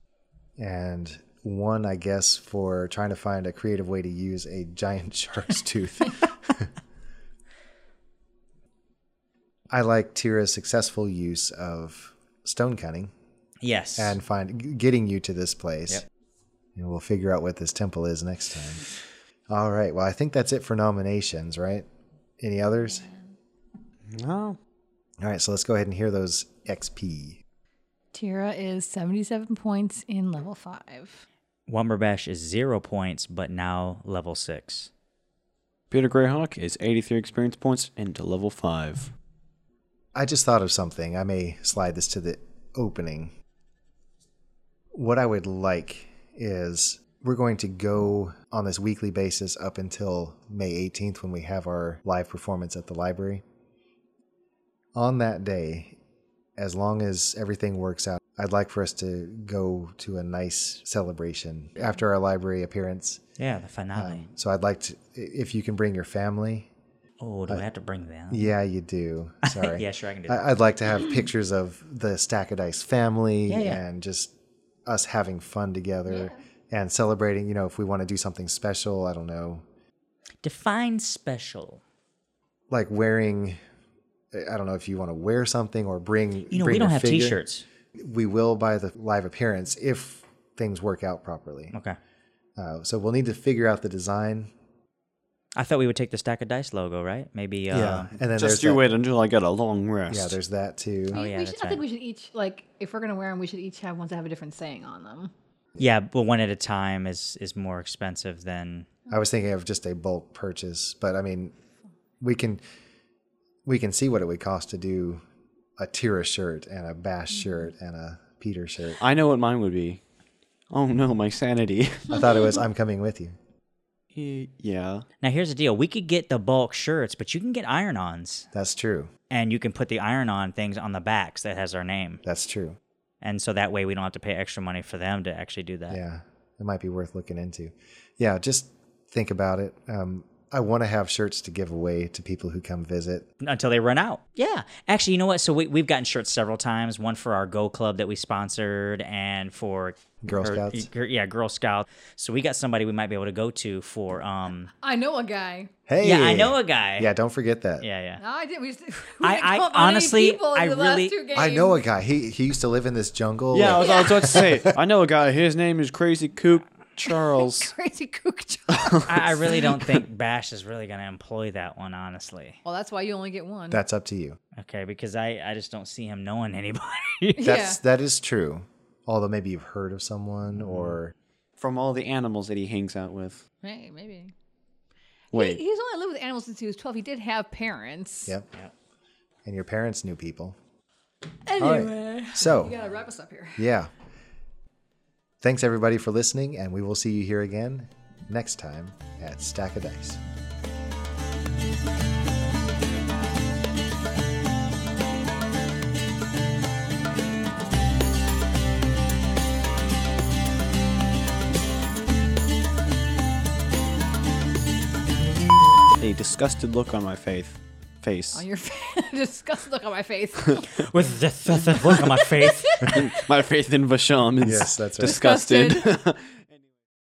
Speaker 1: and one, I guess, for trying to find a creative way to use a giant shark's tooth. I like Tira's successful use of stone cutting
Speaker 3: Yes.
Speaker 1: and find g- getting you to this place.
Speaker 3: Yep.
Speaker 1: And we'll figure out what this temple is next time. All right. Well, I think that's it for nominations, right? Any others?
Speaker 2: No.
Speaker 1: All right. So let's go ahead and hear those XP.
Speaker 4: Tira is 77 points in level five.
Speaker 3: Wumberbash is zero points, but now level six.
Speaker 2: Peter Greyhawk is 83 experience points into level 5.
Speaker 1: I just thought of something. I may slide this to the opening. What I would like is we're going to go on this weekly basis up until May 18th when we have our live performance at the library. On that day, as long as everything works out, I'd like for us to go to a nice celebration after our library appearance.
Speaker 3: Yeah, the finale.
Speaker 1: So I'd like to, if you can bring your family.
Speaker 3: oh, do I have to bring them?
Speaker 1: Yeah, you do. Sorry.
Speaker 3: Yeah, sure, I can do that.
Speaker 1: I, I'd like to have pictures of the Stack of Dice family
Speaker 3: Yeah, yeah.
Speaker 1: and just us having fun together and celebrating. You know, if we want to do something special, I don't know,
Speaker 3: Define special.
Speaker 1: like wearing. I don't know if you want to wear something or bring.
Speaker 3: You know,
Speaker 1: bring
Speaker 3: we don't
Speaker 1: a
Speaker 3: have
Speaker 1: figure.
Speaker 3: T-shirts.
Speaker 1: We will by the live appearance if things work out properly.
Speaker 3: Okay.
Speaker 1: Uh, so we'll need to figure out the design.
Speaker 3: I thought we would take the stack of dice logo, right? Maybe. Uh,
Speaker 1: and then there's
Speaker 2: Just you
Speaker 1: that-
Speaker 2: wait until I get a long rest.
Speaker 1: Yeah, there's that too.
Speaker 4: We-
Speaker 3: Oh, yeah,
Speaker 4: we
Speaker 3: that's
Speaker 4: should, I think we should each like if we're gonna wear them, we should each have ones that have a different saying on them.
Speaker 3: Yeah, but one at a time is is more expensive than.
Speaker 1: I was thinking of just a bulk purchase, but I mean, we can we can see what it would cost to do a Tira shirt and a Bash
Speaker 3: Mm-hmm.
Speaker 1: shirt and a Peter shirt.
Speaker 2: I know what mine would be. Oh no, my sanity.
Speaker 1: I thought it was I'm coming with you.
Speaker 2: Y- yeah.
Speaker 3: Now here's the deal: we could get the bulk shirts, but you can get iron-ons,
Speaker 1: That's true.
Speaker 3: and you can put the iron-on things on the backs that has our name,
Speaker 1: That's true.
Speaker 3: and so that way we don't have to pay extra money for them to actually do that.
Speaker 1: Yeah, it might be worth looking into. Yeah, just think about it. Um, I want to have shirts to give away to people who come visit.
Speaker 3: until they run out. Yeah. Actually, you know what? So we, we've gotten shirts several times. One for our Go Club that we sponsored, and for
Speaker 1: Girl
Speaker 3: her-
Speaker 1: Scouts.
Speaker 3: gir- yeah, Girl Scout. So we got somebody we might be able to go to for. um
Speaker 4: I know a guy.
Speaker 1: Hey,
Speaker 3: Yeah, I know a guy.
Speaker 1: Yeah, don't forget that.
Speaker 3: Yeah, yeah.
Speaker 4: No, I didn't. We just, we
Speaker 3: I-
Speaker 4: didn't
Speaker 3: I
Speaker 4: come up on any
Speaker 3: honestly-
Speaker 4: people in
Speaker 3: I
Speaker 4: the
Speaker 3: really-
Speaker 4: last two games.
Speaker 1: I know a guy. He he used to live in this jungle.
Speaker 2: Yeah, I
Speaker 1: with-
Speaker 2: was, I was about to say. I know a guy. His name is Crazy Kook Charles.
Speaker 4: crazy kook. job.
Speaker 3: I, I really don't think Bash is really going to employ that one, honestly.
Speaker 4: well, that's why you only get one.
Speaker 1: that's up to you.
Speaker 3: Okay, because I, I just don't see him knowing anybody.
Speaker 1: That's that is true. Although maybe you've heard of someone or
Speaker 2: From all the animals that he hangs out with.
Speaker 4: yeah. Hey, maybe.
Speaker 2: Wait.
Speaker 4: He, he's only lived with animals since he was 12. He did have parents.
Speaker 1: Yep. And your parents knew people.
Speaker 4: Anyway,
Speaker 1: So,
Speaker 4: we gotta wrap us up here.
Speaker 1: yeah. Thanks everybody for listening, and we will see you here again next time at Stack of Dice.
Speaker 2: A disgusted look on my face. Face.
Speaker 4: On your face, disgust look on my face.
Speaker 3: With the, the, the look on my face.
Speaker 2: my faith in Vasham is
Speaker 1: Yes, that's right.
Speaker 2: disgusted.